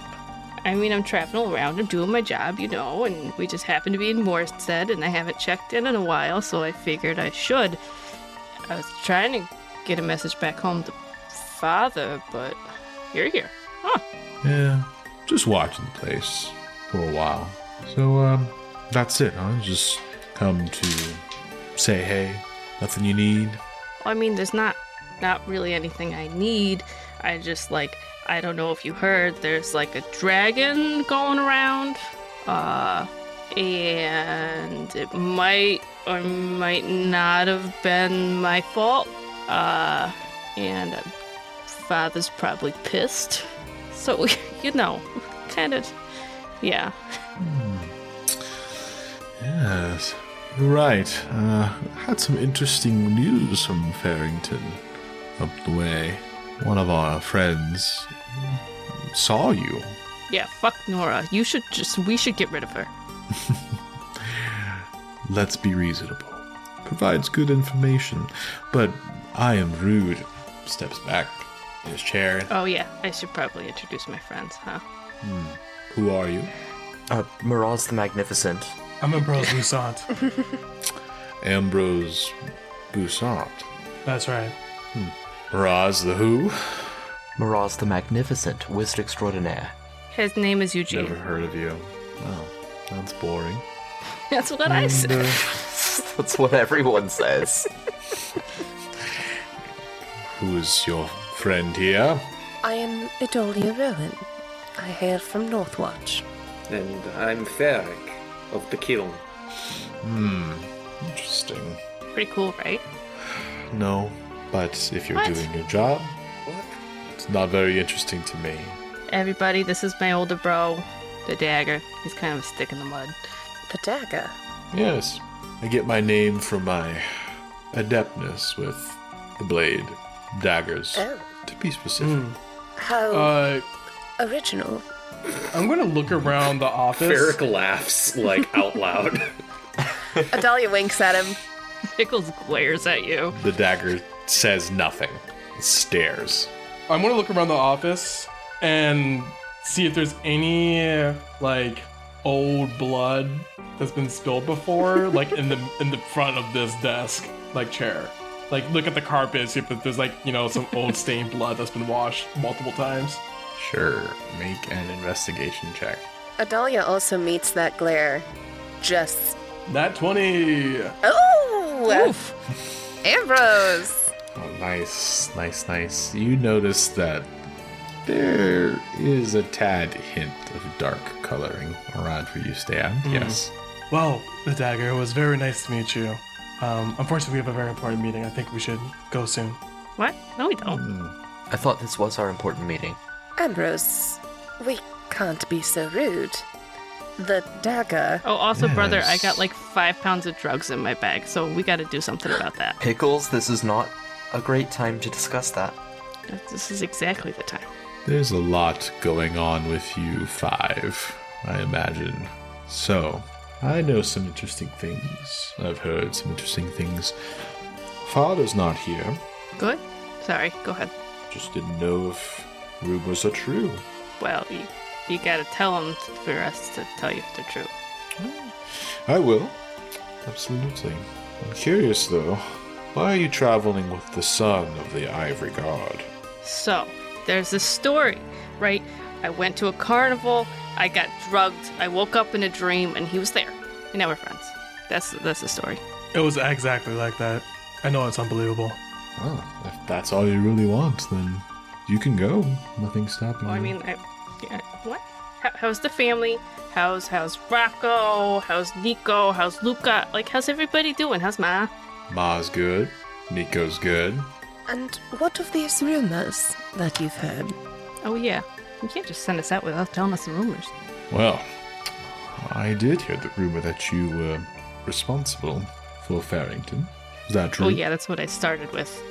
Speaker 4: I mean, I'm traveling around, I'm doing my job, you know, and we just happen to be in Morstead, and I haven't checked in in a while, so I figured I should. I was trying to get a message back home to father, but you're here. Huh.
Speaker 2: Yeah. Just watching the place for a while. So um that's it, huh? Just come to say hey. Nothing you need.
Speaker 4: I mean, there's not not really anything I need. I just like I don't know if you heard. There's like a dragon going around, uh, and it might or might not have been my fault. Uh, and uh, father's probably pissed. So you know, kind of, yeah.
Speaker 2: Yes, you're right. Uh, had some interesting news from Farrington up the way. One of our friends saw you.
Speaker 4: Yeah, fuck Nora. You should just, we should get rid of her.
Speaker 2: Let's be reasonable. Provides good information, but I am rude. Steps back in his chair.
Speaker 4: Oh, yeah, I should probably introduce my friends, huh?
Speaker 2: Who are you?
Speaker 6: Uh, Miraz the Magnificent.
Speaker 7: I'm Ambrose Musant.
Speaker 2: Ambrose Boussant.
Speaker 7: That's right.
Speaker 2: Raz the Who?
Speaker 6: Miraz the Magnificent, Wizard Extraordinaire.
Speaker 4: His name is Eugene.
Speaker 2: Never heard of you. Oh, that's boring.
Speaker 4: That's what I said.
Speaker 2: Uh,
Speaker 6: That's what everyone says.
Speaker 2: Who's your friend here?
Speaker 5: I am Idolia Rowan. I hail from Northwatch.
Speaker 3: And I'm Ferric of the Kiln.
Speaker 2: Hmm. Interesting.
Speaker 4: Pretty cool, right?
Speaker 2: No, but if you're
Speaker 4: What?
Speaker 2: doing your job,
Speaker 3: What?
Speaker 2: it's not very interesting to me.
Speaker 4: Everybody, this is my older bro, the dagger. He's kind of a stick in the mud.
Speaker 5: The dagger.
Speaker 2: Yes, I get my name from my adeptness with the blade, daggers,
Speaker 5: Oh.
Speaker 2: to be specific.
Speaker 5: How
Speaker 7: Uh,
Speaker 5: original.
Speaker 7: I'm gonna look around the office.
Speaker 3: Ferric laughs like out loud.
Speaker 5: Adalia winks at him.
Speaker 4: Pickles glares at you.
Speaker 2: The dagger says nothing, it stares.
Speaker 7: I'm gonna look around the office and see if there's any like old blood that's been spilled before, like in the in the front of this desk, like chair. Like look at the carpet, see if there's like you know some old stained blood that's been washed multiple times.
Speaker 2: Sure, make an investigation check.
Speaker 5: Adalia also meets that glare. Just.
Speaker 7: That twenty.
Speaker 5: Oh! Ambrose!
Speaker 2: Oh, nice, nice, nice. You notice that there is a tad hint of dark coloring around where you stand. Yes.
Speaker 7: Well, the dagger it was very nice to meet you. Um, unfortunately, we have a very important meeting. I think we should go soon.
Speaker 4: What? No, we don't.
Speaker 6: I thought this was our important meeting.
Speaker 5: Ambrose, we can't be so rude. The dagger.
Speaker 4: Oh, also, brother, I
Speaker 2: Yes.
Speaker 4: got like five pounds of drugs in my bag, so we got to do something about that.
Speaker 6: Pickles, this is not a great time to discuss that.
Speaker 4: This is exactly the time.
Speaker 2: There's a lot going on with you five, I imagine. So, I know some interesting things. I've heard some interesting things. Father's not here.
Speaker 4: Good. Sorry. Go ahead.
Speaker 2: Just didn't know if rumors are true.
Speaker 4: Well, you, you got to tell them for us to tell you if they're true.
Speaker 2: I will. Absolutely. I'm curious, though. Why are you traveling with the son of the Ivory God?
Speaker 4: So, there's this story, right? I went to a carnival, I got drugged, I woke up in a dream, and he was there. And now we're friends. That's that's the story.
Speaker 7: It was exactly like that. I know it's unbelievable.
Speaker 2: Oh, if that's all you really want, then you can go. Nothing's stopping
Speaker 4: Well, I
Speaker 2: you.
Speaker 4: mean, I, yeah, what? How, how's the family? How's how's Rocco? How's Nico? How's Luca? Like, how's everybody doing? How's Ma?
Speaker 2: Ma's good. Nico's good.
Speaker 5: And what of these rumors that you've heard?
Speaker 4: Oh yeah, you can't just send us out without telling us the rumors.
Speaker 2: Well, I did hear the rumor that you were responsible for Farrington. Is that true?
Speaker 4: Oh yeah, that's what I started with.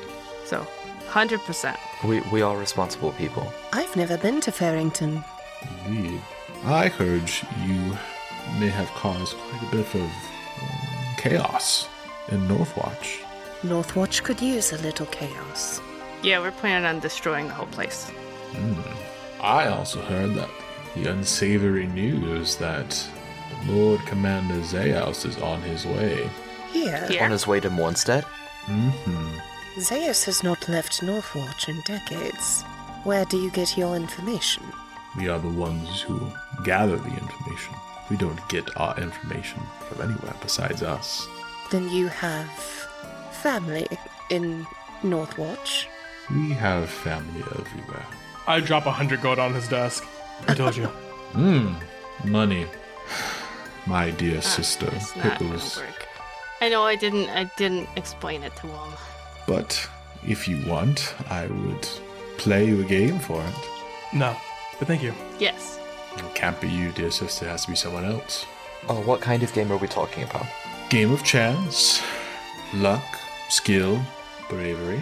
Speaker 4: So, hundred percent.
Speaker 6: We, we are responsible people.
Speaker 5: I've never been to Farrington.
Speaker 2: Indeed. I heard you may have caused quite a bit of um, chaos in Northwatch.
Speaker 5: Northwatch could use a little chaos.
Speaker 4: Yeah, we're planning on destroying the whole place.
Speaker 2: Hmm. I also heard that the unsavory news that Lord Commander Zeus is on his way.
Speaker 5: Here,
Speaker 4: Yeah.
Speaker 6: On his way to Mondstadt?
Speaker 2: Mm-hmm.
Speaker 5: Zeus has not left Northwatch in decades. Where do you get your information?
Speaker 2: We are the ones who gather the information. We don't get our information from anywhere besides us.
Speaker 5: Then you have family in Northwatch.
Speaker 2: We have family everywhere.
Speaker 7: I drop a hundred gold on his desk. I told you.
Speaker 2: Hmm, Money. My dear sister,
Speaker 4: Ah, It's not gonna
Speaker 2: Pickles.
Speaker 4: work. I know I didn't. I didn't explain it to him.
Speaker 2: But if you want, I would play you a game for it.
Speaker 7: No, but thank you.
Speaker 4: Yes.
Speaker 2: It can't be you, dear sister. It has to be someone else.
Speaker 6: Oh, what kind of game are we talking about?
Speaker 2: Game of chance, luck, skill, bravery.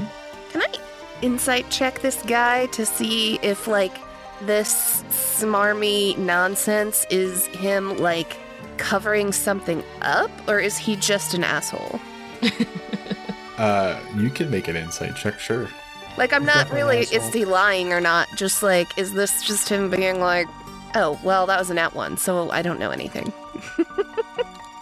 Speaker 5: Can I insight check this guy to see if, like, this smarmy nonsense is him, like, covering something up, or is he just an asshole?
Speaker 2: Uh, you can make an insight check, sure.
Speaker 5: Like, I'm not
Speaker 7: definitely
Speaker 5: really,
Speaker 7: an
Speaker 5: is
Speaker 7: asshole.
Speaker 5: he lying or not? Just like, is this just him being like, oh, well, that was an at one, so I don't know anything?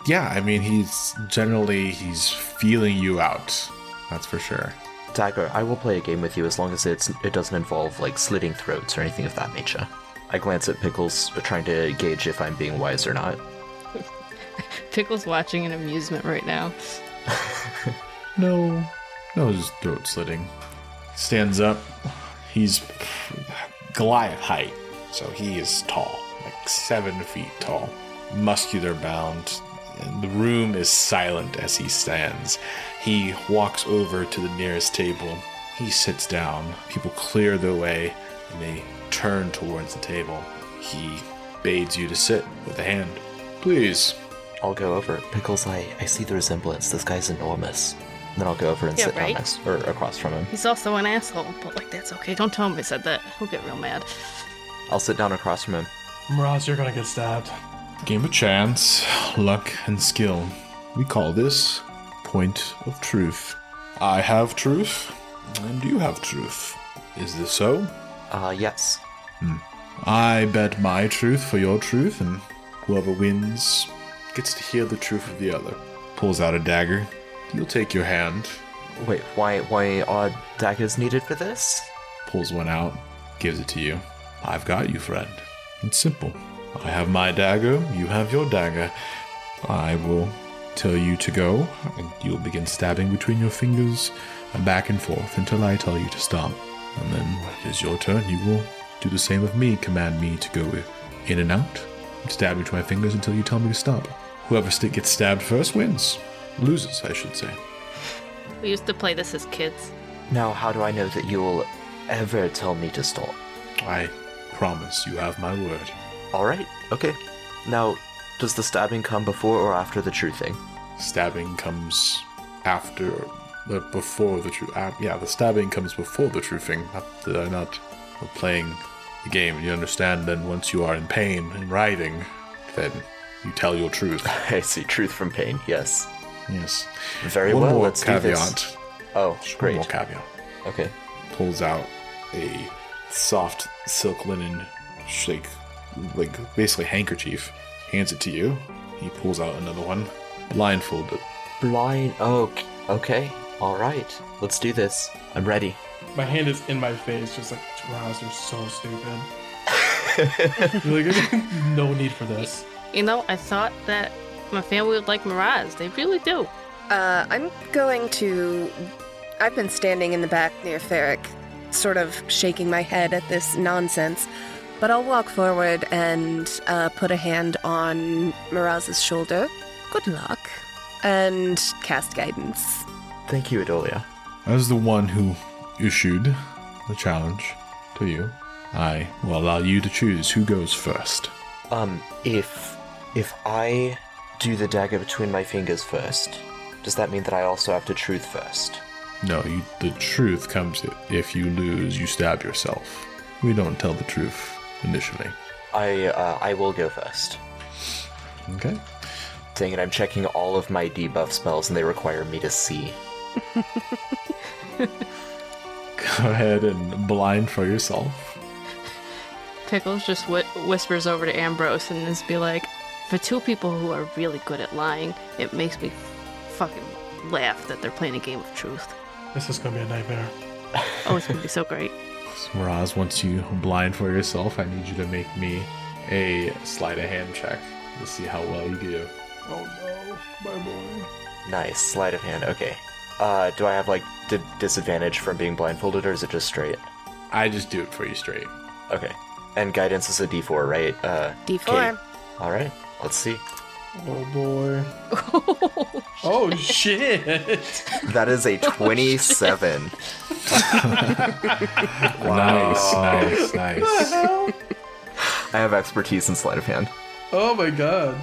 Speaker 2: Yeah, I mean, he's generally he's feeling you out. That's for sure.
Speaker 6: Dagger, I will play a game with you as long as it's it doesn't involve like slitting throats or anything of that nature. I glance at Pickles, trying to gauge if I'm being wise or not.
Speaker 4: Pickle's watching an amusement right now.
Speaker 2: No. No, it's just throat slitting. Stands up. He's Goliath height, so he is tall, like seven feet tall, muscular bound. And the room is silent as he stands. He walks over to the nearest table. He sits down. People clear their way and they turn towards the table. He bades you to sit with a hand. Please,
Speaker 6: I'll go over. Pickles, I, I see the resemblance. This guy's enormous. And then I'll go over and
Speaker 4: Yeah,
Speaker 6: sit
Speaker 4: right?
Speaker 6: down next or across from him.
Speaker 4: He's also an asshole, but like that's okay. Don't tell him I said that. He'll get real mad.
Speaker 6: I'll sit down across from him.
Speaker 7: Miraz, you're gonna get stabbed.
Speaker 2: Game of chance, luck, and skill. We call this point of truth. I have truth, and you have truth. Is this so?
Speaker 6: Uh, yes.
Speaker 2: I bet my truth for your truth, and whoever wins gets to hear the truth of the other. Pulls out a dagger. You'll take your hand,
Speaker 6: Wait, why why are daggers needed for this?
Speaker 2: pulls one out, gives it to you. I've got you, friend. It's simple. I have my dagger, you have your dagger. I will tell you to go, and you'll begin stabbing between your fingers and back and forth until I tell you to stop. And then when it is your turn, you will do the same with me, command me to go in and out, stab between my fingers until you tell me to stop. Whoever st- gets stabbed first wins. Loses, I should say.
Speaker 4: We used to play this as kids.
Speaker 6: Now, how do I know that you'll ever tell me to stop?
Speaker 2: I promise you have my word.
Speaker 6: All right, okay. Now, does the stabbing come before or after the true thing?
Speaker 2: stabbing comes after the before the true uh, yeah the stabbing comes before the true thing not that i'm not we're playing the game you understand then once you are in pain and writhing then you tell your truth
Speaker 6: I see truth from pain. Yes.
Speaker 2: yes
Speaker 6: Very
Speaker 2: one
Speaker 6: well.
Speaker 2: more
Speaker 6: let's
Speaker 2: caveat
Speaker 6: do this. Oh,
Speaker 2: Just
Speaker 6: great.
Speaker 2: one more caveat
Speaker 6: Okay.
Speaker 2: pulls out a soft silk linen shake like basically handkerchief hands it to you he pulls out another one blindfolded
Speaker 6: Blind oak. Okay. All right. Let's do this. I'm ready.
Speaker 7: My hand is in my face, just like, Miraz, you're so stupid. like, no need for this.
Speaker 4: You know, I thought that my family would like Mirage. They really do.
Speaker 5: Uh, I'm going to. I've been standing in the back near Ferric, sort of shaking my head at this nonsense, but I'll walk forward and uh, put a hand on Miraz's shoulder. Good luck. And cast guidance.
Speaker 6: Thank you, Adolia.
Speaker 2: As the one who issued the challenge to you, I will allow you to choose who goes first.
Speaker 6: Um, if if I do the dagger between my fingers first, does that mean that I also have to truth first?
Speaker 2: No, you, the truth comes i- if you lose, you stab yourself. We don't tell the truth initially.
Speaker 6: I uh, I will go first.
Speaker 2: Okay.
Speaker 6: Dang it! I'm checking all of my debuff spells, and they require me to see.
Speaker 2: Go ahead and blind for yourself.
Speaker 4: Pickles just whi whispers over to Ambrose and is be like, for two people who are really good at lying, it makes me fucking laugh that they're playing a game of truth.
Speaker 7: This is gonna be a nightmare.
Speaker 4: Oh, it's gonna be so great.
Speaker 2: Miraz, once you blind for yourself, I need you to make me a sleight of hand check to see how well you do.
Speaker 7: Oh no, my boy.
Speaker 6: Nice sleight of hand. Okay. Uh, do I have like d- disadvantage from being blindfolded, or is it just straight?
Speaker 2: I just do it for you straight.
Speaker 6: Okay. And guidance is a D4, right? Uh,
Speaker 5: D4.
Speaker 6: All right. Let's see.
Speaker 7: Oh boy. oh shit.
Speaker 6: That is a 27.
Speaker 2: Nice, nice, nice.
Speaker 6: I have expertise in sleight of hand.
Speaker 7: oh my god.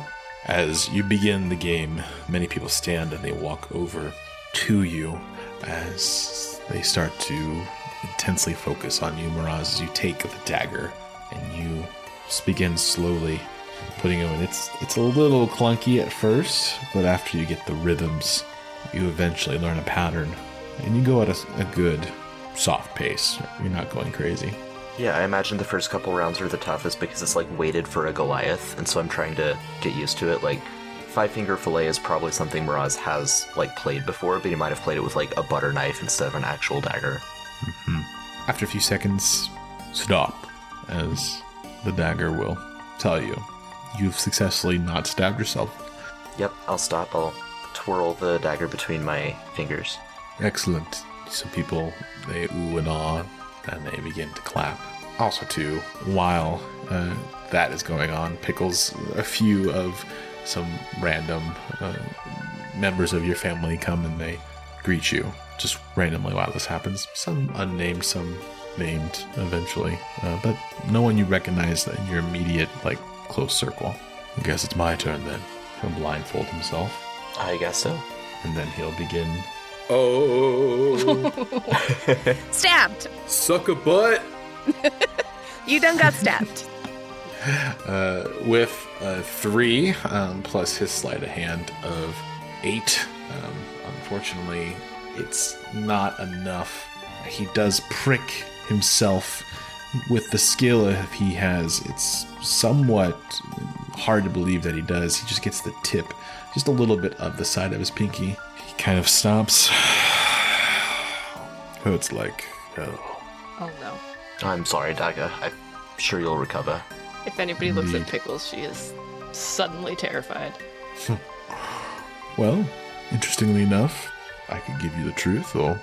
Speaker 2: As you begin the game, many people stand and they walk over to you as they start to intensely focus on you, Miraz, as you take the dagger and you just begin slowly putting it in. It's it's a little clunky at first, but after you get the rhythms, you eventually learn a pattern. And you go at a, a good soft pace. You're not going crazy.
Speaker 6: Yeah, I imagine the first couple rounds are the toughest because it's like weighted for a Goliath, and so I'm trying to get used to it. Like, five finger fillet is probably something Miraz has like played before, but he might have played it with like a butter knife instead of an actual dagger.
Speaker 2: After a few seconds, stop, as the dagger will tell you. You've successfully not stabbed yourself.
Speaker 6: Yep, I'll stop. I'll twirl the dagger between my fingers.
Speaker 2: Excellent. Some people they ooh and ah, and they begin to clap. Also, too, while uh, that is going on, pickles a few of some random uh, members of your family come and they greet you just randomly while this happens. Some unnamed, some named eventually, uh, but no one you recognize in your immediate like close circle. I guess it's my turn then. He'll blindfold himself,
Speaker 6: I guess so.
Speaker 2: and then he'll begin
Speaker 3: Oh,
Speaker 5: Stabbed.
Speaker 3: suck a butt.
Speaker 5: You done got stabbed.
Speaker 2: uh, with a three um, plus his sleight of hand of eight. Um, unfortunately, it's not enough. He does prick himself with the skill if he has. It's somewhat hard to believe that he does. He just gets the tip, just a little bit of the side of his pinky. He kind of stops. Hurts like uh, hell.
Speaker 4: Oh no.
Speaker 6: I'm sorry, dagger. I'm sure you'll recover.
Speaker 4: If anybody looks at Pickles, she is suddenly terrified.
Speaker 2: Well, interestingly enough, I could give you the truth or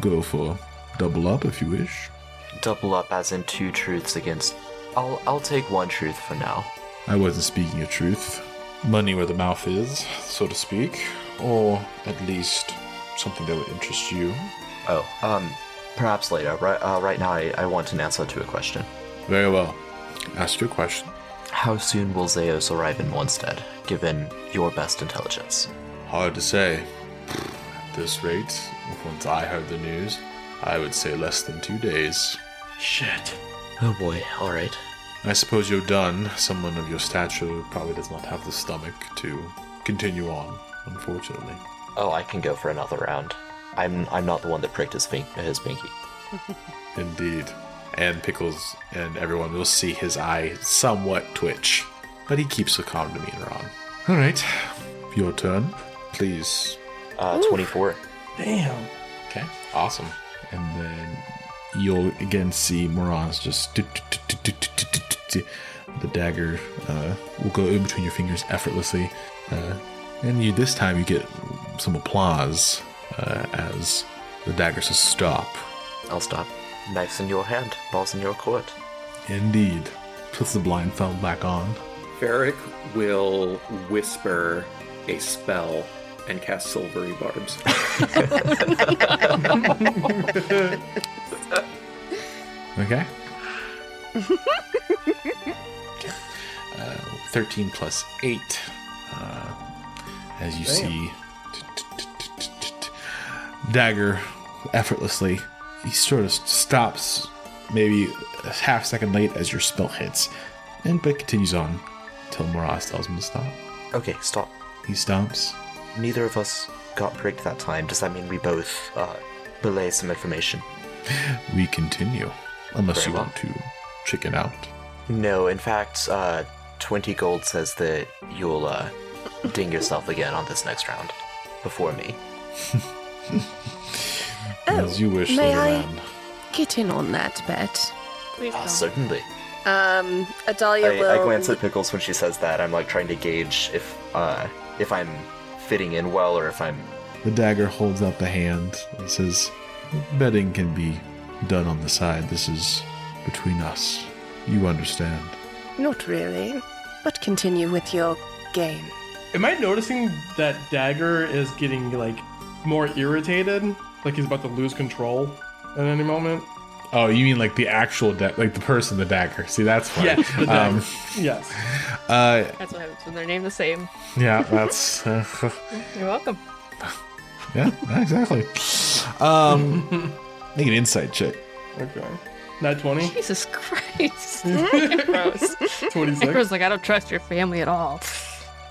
Speaker 2: go for double up if you wish.
Speaker 6: Double up as in two truths against. I'll I'll take one truth for now.
Speaker 2: I wasn't speaking of truth. Money where the mouth is, so to speak, or at least something that would interest you.
Speaker 6: Oh, um, perhaps later. Right, uh, right now, I, I want an answer to a question.
Speaker 2: Very well. Ask your question.
Speaker 6: How soon will Zeos arrive in Mondstadt, given your best intelligence?
Speaker 2: Hard to say. At this rate, once I heard the news, I would say less than two days.
Speaker 7: Shit.
Speaker 6: Oh boy, alright.
Speaker 2: I suppose you're done. Someone of your stature probably does not have the stomach to continue on, unfortunately.
Speaker 6: Oh, I can go for another round. I'm I'm not the one that pricked his, fin- his pinky.
Speaker 2: Indeed. And Pickles and everyone will see his eye somewhat twitch, but he keeps a calm demeanor on. All right, your turn, please.
Speaker 6: Uh, 24.
Speaker 7: Damn.
Speaker 2: Okay, awesome. And then you'll again see Moran's just the dagger uh, will go in between your fingers effortlessly, uh, and you this time you get some applause uh, as the dagger says stop.
Speaker 6: I'll stop. Knife's in your hand, balls in your court.
Speaker 2: Indeed. Puts the blindfold back on.
Speaker 3: Ferric will whisper a spell and cast silvery barbs.
Speaker 2: Okay. uh, 13 plus 8. Uh, as you see, dagger effortlessly. He sort of stops maybe a half second late as your spell hits, and but continues on until Moraz tells him to stop.
Speaker 6: Okay, stop.
Speaker 2: He stops.
Speaker 6: Neither of us got pricked that time. Does that mean we both, uh, belay some information?
Speaker 2: We continue. Unless
Speaker 6: Very
Speaker 2: you
Speaker 6: well.
Speaker 2: want to chicken out.
Speaker 6: No, in fact, uh, 20 gold says that you'll, uh, ding yourself again on this next round. Before me.
Speaker 2: as you wish,
Speaker 5: Oh, may
Speaker 2: little
Speaker 5: I-
Speaker 2: lamb.
Speaker 5: Get in on that bet.
Speaker 4: Please
Speaker 6: Ah,
Speaker 4: don't.
Speaker 6: certainly.
Speaker 5: Um, Adalia will.
Speaker 6: I, I glance at Pickles when she says that. I'm, like, trying to gauge if, uh, if I'm fitting in well or if I'm...
Speaker 2: The dagger holds out the hand and says, Betting can be done on the side. This is between us. You understand.
Speaker 5: Not really, but continue with your game.
Speaker 7: Am I noticing that Dagger is getting like more irritated? Like he's about to lose control at any moment?
Speaker 2: Oh, you mean like the actual da- like the person, the dagger. See, that's funny.
Speaker 7: Yes, the dagger.
Speaker 2: Um,
Speaker 7: yes.
Speaker 2: uh,
Speaker 4: That's what happens when they're named the same.
Speaker 2: yeah, that's uh,
Speaker 4: You're welcome.
Speaker 2: yeah, exactly. Um, make an insight check.
Speaker 7: Okay. Not 20?
Speaker 4: Jesus Christ. Gross.
Speaker 7: 26?
Speaker 4: Gross, like, I don't trust your family at all.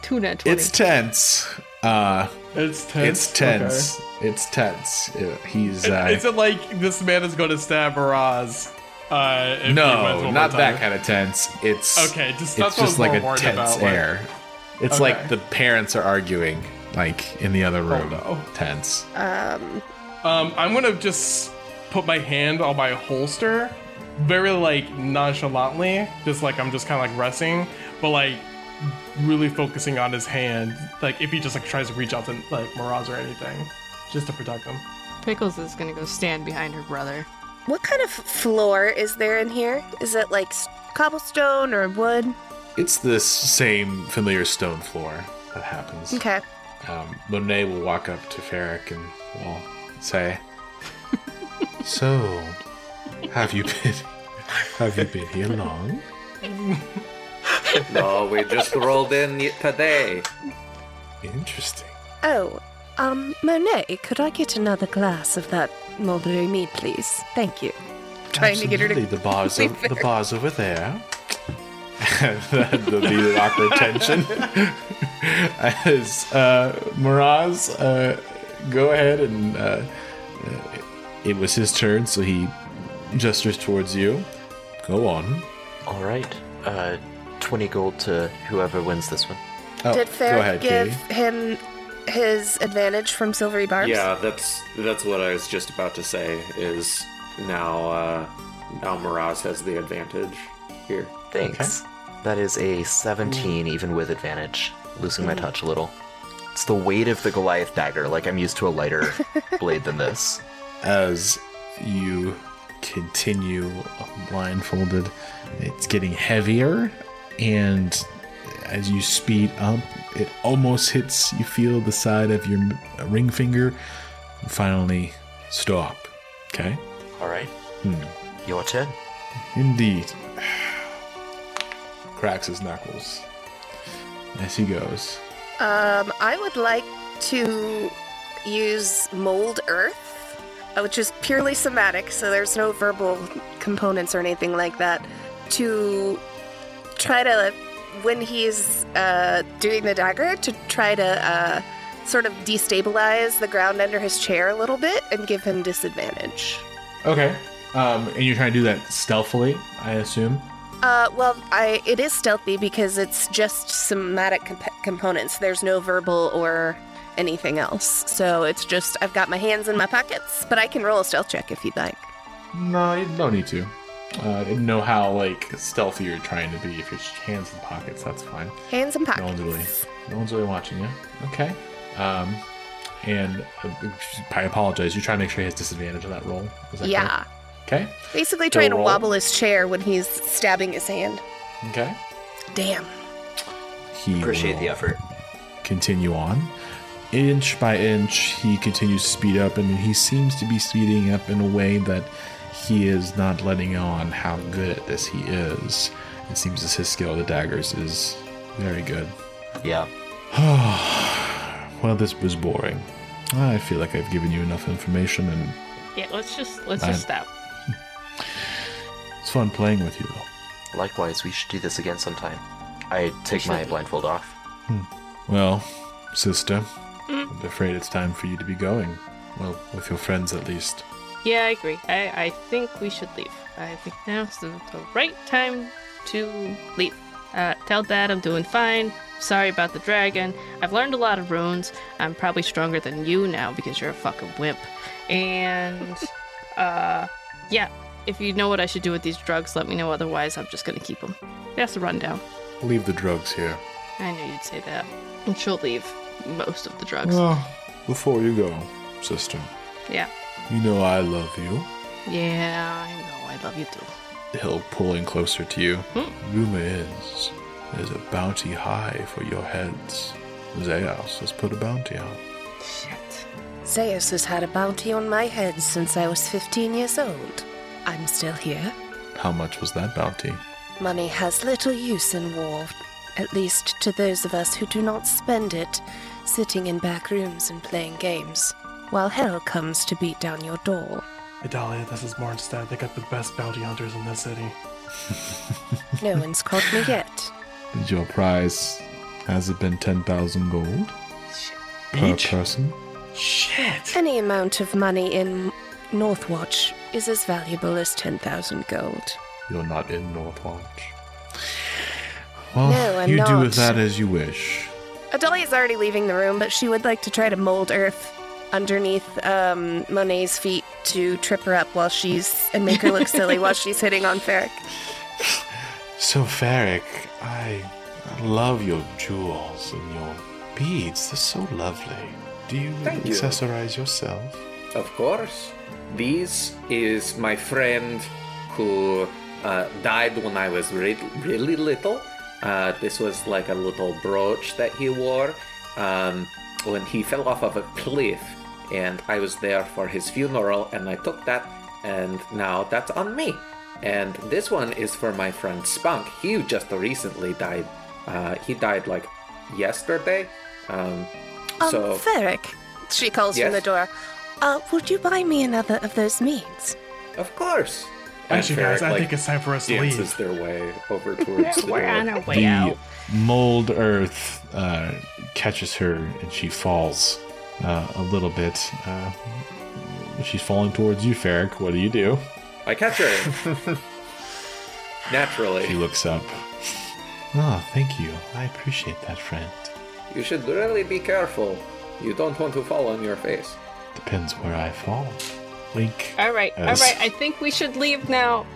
Speaker 4: Two net 20.
Speaker 2: It's tense. Uh,
Speaker 7: It's tense.
Speaker 2: it's tense. It's tense. Yeah, He's uh,
Speaker 7: Okay. Is it like this man is going to stab Raz? Uh, if he wins
Speaker 2: No,
Speaker 7: one
Speaker 2: not
Speaker 7: more
Speaker 2: that
Speaker 7: time?
Speaker 2: kind of tense. It's
Speaker 7: Okay, just-
Speaker 2: it's
Speaker 7: that's what I was
Speaker 2: just like
Speaker 7: more
Speaker 2: a
Speaker 7: worried
Speaker 2: tense
Speaker 7: about, like-
Speaker 2: air. it's
Speaker 7: Okay.
Speaker 2: like the parents are arguing, like in the other room.
Speaker 7: Oh, no.
Speaker 2: Tense.
Speaker 7: Um, I'm gonna just put my hand on my holster, very like nonchalantly, just like I'm just kind of like resting, but like really focusing on his hand. Like if he just like tries to reach out to like Miraz or anything, just to protect him.
Speaker 4: Pickles is gonna go stand behind her brother.
Speaker 5: What kind of floor is there in here? Is it like s- cobblestone or wood?
Speaker 2: It's this same familiar stone floor that happens.
Speaker 5: Okay.
Speaker 2: Um, Monet will walk up to Ferric and will say, "So, have you been? Have you been here long?"
Speaker 3: No, we just rolled in y- today.
Speaker 2: Interesting.
Speaker 5: Oh, um, Monet, could I get another glass of that mulberry mead, please? Thank you. Trying to get her to
Speaker 2: Absolutely, the bars.
Speaker 5: be
Speaker 2: o- the bars over there. There'll be an awkward tension as uh, Miraz, uh, go ahead and uh, uh, it was his turn, so he gestures towards you. Go on.
Speaker 6: All right. Uh, 20 gold to whoever wins this one.
Speaker 2: Oh,
Speaker 5: Did Ferric
Speaker 2: go ahead,
Speaker 5: give
Speaker 2: Katie.
Speaker 5: him his advantage from Silvery Barbs?
Speaker 3: Yeah, that's that's what I was just about to say. Is now uh, now Miraz has the advantage here.
Speaker 6: Thanks. That is a 17, even with advantage. Losing my touch a little. It's the weight of the Goliath dagger. Like, I'm used to a lighter blade than this.
Speaker 2: as you continue blindfolded. It's getting heavier, and as you speed up, it almost hits. You feel the side of your ring finger. Finally, stop. Okay?
Speaker 6: All right. Hmm. Your turn.
Speaker 2: Indeed. Cracks his knuckles as he goes.
Speaker 5: Um, I would like to use Mold Earth, uh, which is purely somatic, so there's no verbal components or anything like that, to try to, when he's uh, doing the dagger, to try to uh, sort of destabilize the ground under his chair a little bit and give him disadvantage.
Speaker 2: Okay. Um, and you're trying to do that stealthily, I assume.
Speaker 5: Uh, well, I it is stealthy because it's just somatic comp- components. There's no verbal or anything else. So it's just I've got my hands in my pockets, but I can roll a stealth check if you'd like.
Speaker 2: No, you don't need to. Uh, I didn't know how like stealthy you're trying to be. If your hands in pockets, that's fine.
Speaker 5: Hands in
Speaker 2: No
Speaker 5: pockets.
Speaker 2: one's really, no one's really watching you. Okay. Um, and uh, I apologize. You're trying to make sure he has disadvantage on that roll. Is that
Speaker 5: yeah,
Speaker 2: correct? Okay.
Speaker 5: basically trying to
Speaker 2: roll.
Speaker 5: wobble his chair when he's stabbing his hand.
Speaker 2: Okay.
Speaker 5: Damn.
Speaker 2: He
Speaker 6: Appreciate the
Speaker 2: will
Speaker 6: effort.
Speaker 2: Continue on. Inch by inch, he continues to speed up, and he seems to be speeding up in a way that he is not letting on how good at this he is. It seems as his skill of the daggers is very good.
Speaker 6: Yeah.
Speaker 2: Well, this was boring. I feel like I've given you enough information, and
Speaker 4: Yeah, let's just let's just stop.
Speaker 2: it's fun playing with you, though.
Speaker 6: Likewise, we should do this again sometime. I take my blindfold off.
Speaker 2: Well, sister, I'm afraid it's time for you to be going. Well, with your friends at least.
Speaker 4: Yeah, I agree. I, I think we should leave. I think now's the, the right time to leave. Uh, tell Dad I'm doing fine. Sorry about the dragon. I've learned a lot of runes. I'm probably stronger than you now because you're a fucking wimp. And, uh, yeah. If you know what I should do with these drugs, let me know. Otherwise, I'm just gonna keep them. That's the rundown.
Speaker 2: Leave the drugs here.
Speaker 4: I knew you'd say that. And she'll leave most of the drugs.
Speaker 2: Well, before you go, sister,
Speaker 4: Yeah.
Speaker 2: you know I love you.
Speaker 4: Yeah, I know. I love you too.
Speaker 2: He'll pull in closer to you. Rumor is there's a bounty high for your heads. Zeus has put a bounty out.
Speaker 4: Shit.
Speaker 5: Zeus has had a bounty on my head since I was 15 years old. I'm still here.
Speaker 2: How much was that bounty?
Speaker 5: Money has little use in war, at least to those of us who do not spend it sitting in back rooms and playing games, while hell comes to beat down your door.
Speaker 7: Idalia, this is Mornstead. They got the best bounty hunters in this city.
Speaker 5: No one's caught me yet.
Speaker 2: Is your prize has it been ten thousand gold per
Speaker 7: Each?
Speaker 2: person?
Speaker 7: Shit.
Speaker 5: Any amount of money in Northwatch is as valuable as 10,000 gold.
Speaker 2: You're not in Northwatch. Well,
Speaker 5: No, I'm
Speaker 2: you do with
Speaker 5: not.
Speaker 2: that as you wish.
Speaker 5: Adelia's already leaving the room, but she would like to try to mold earth underneath um, Monet's feet to trip her up while she's and make her look silly while she's hitting on Ferric.
Speaker 2: So Ferric, I I love your jewels and your beads. They're so lovely. Do you
Speaker 3: Thank you.
Speaker 2: accessorize yourself?
Speaker 3: Of course. This is my friend who uh, died when I was re- really little. Uh, this was like a little brooch that he wore um, when he fell off of a cliff, and I was there for his funeral, and I took that, and now that's on me. And this one is for my friend Spunk. He just recently died. Uh, he died like yesterday. Um,
Speaker 5: Um,
Speaker 3: so
Speaker 5: Ferric, she calls
Speaker 3: Yes?
Speaker 5: from the door. Uh, would you buy me another of those meats?
Speaker 3: Of course.
Speaker 7: Actually, guys, I think it's time for us to leave.
Speaker 3: dances their way over towards the
Speaker 4: We're
Speaker 3: door.
Speaker 4: on our way
Speaker 2: the
Speaker 4: out.
Speaker 2: mold earth uh, catches her and she falls uh, a little bit. Uh, she's falling towards you, Ferric. What do you do?
Speaker 3: I catch her.
Speaker 2: She
Speaker 3: Naturally.
Speaker 2: looks up. Ah, thank you. I appreciate that, friend.
Speaker 3: You should really be careful. You don't want to fall on your face.
Speaker 2: Depends where I fall. Link.
Speaker 4: All right, all
Speaker 2: Yes.
Speaker 4: right. I think we should leave now.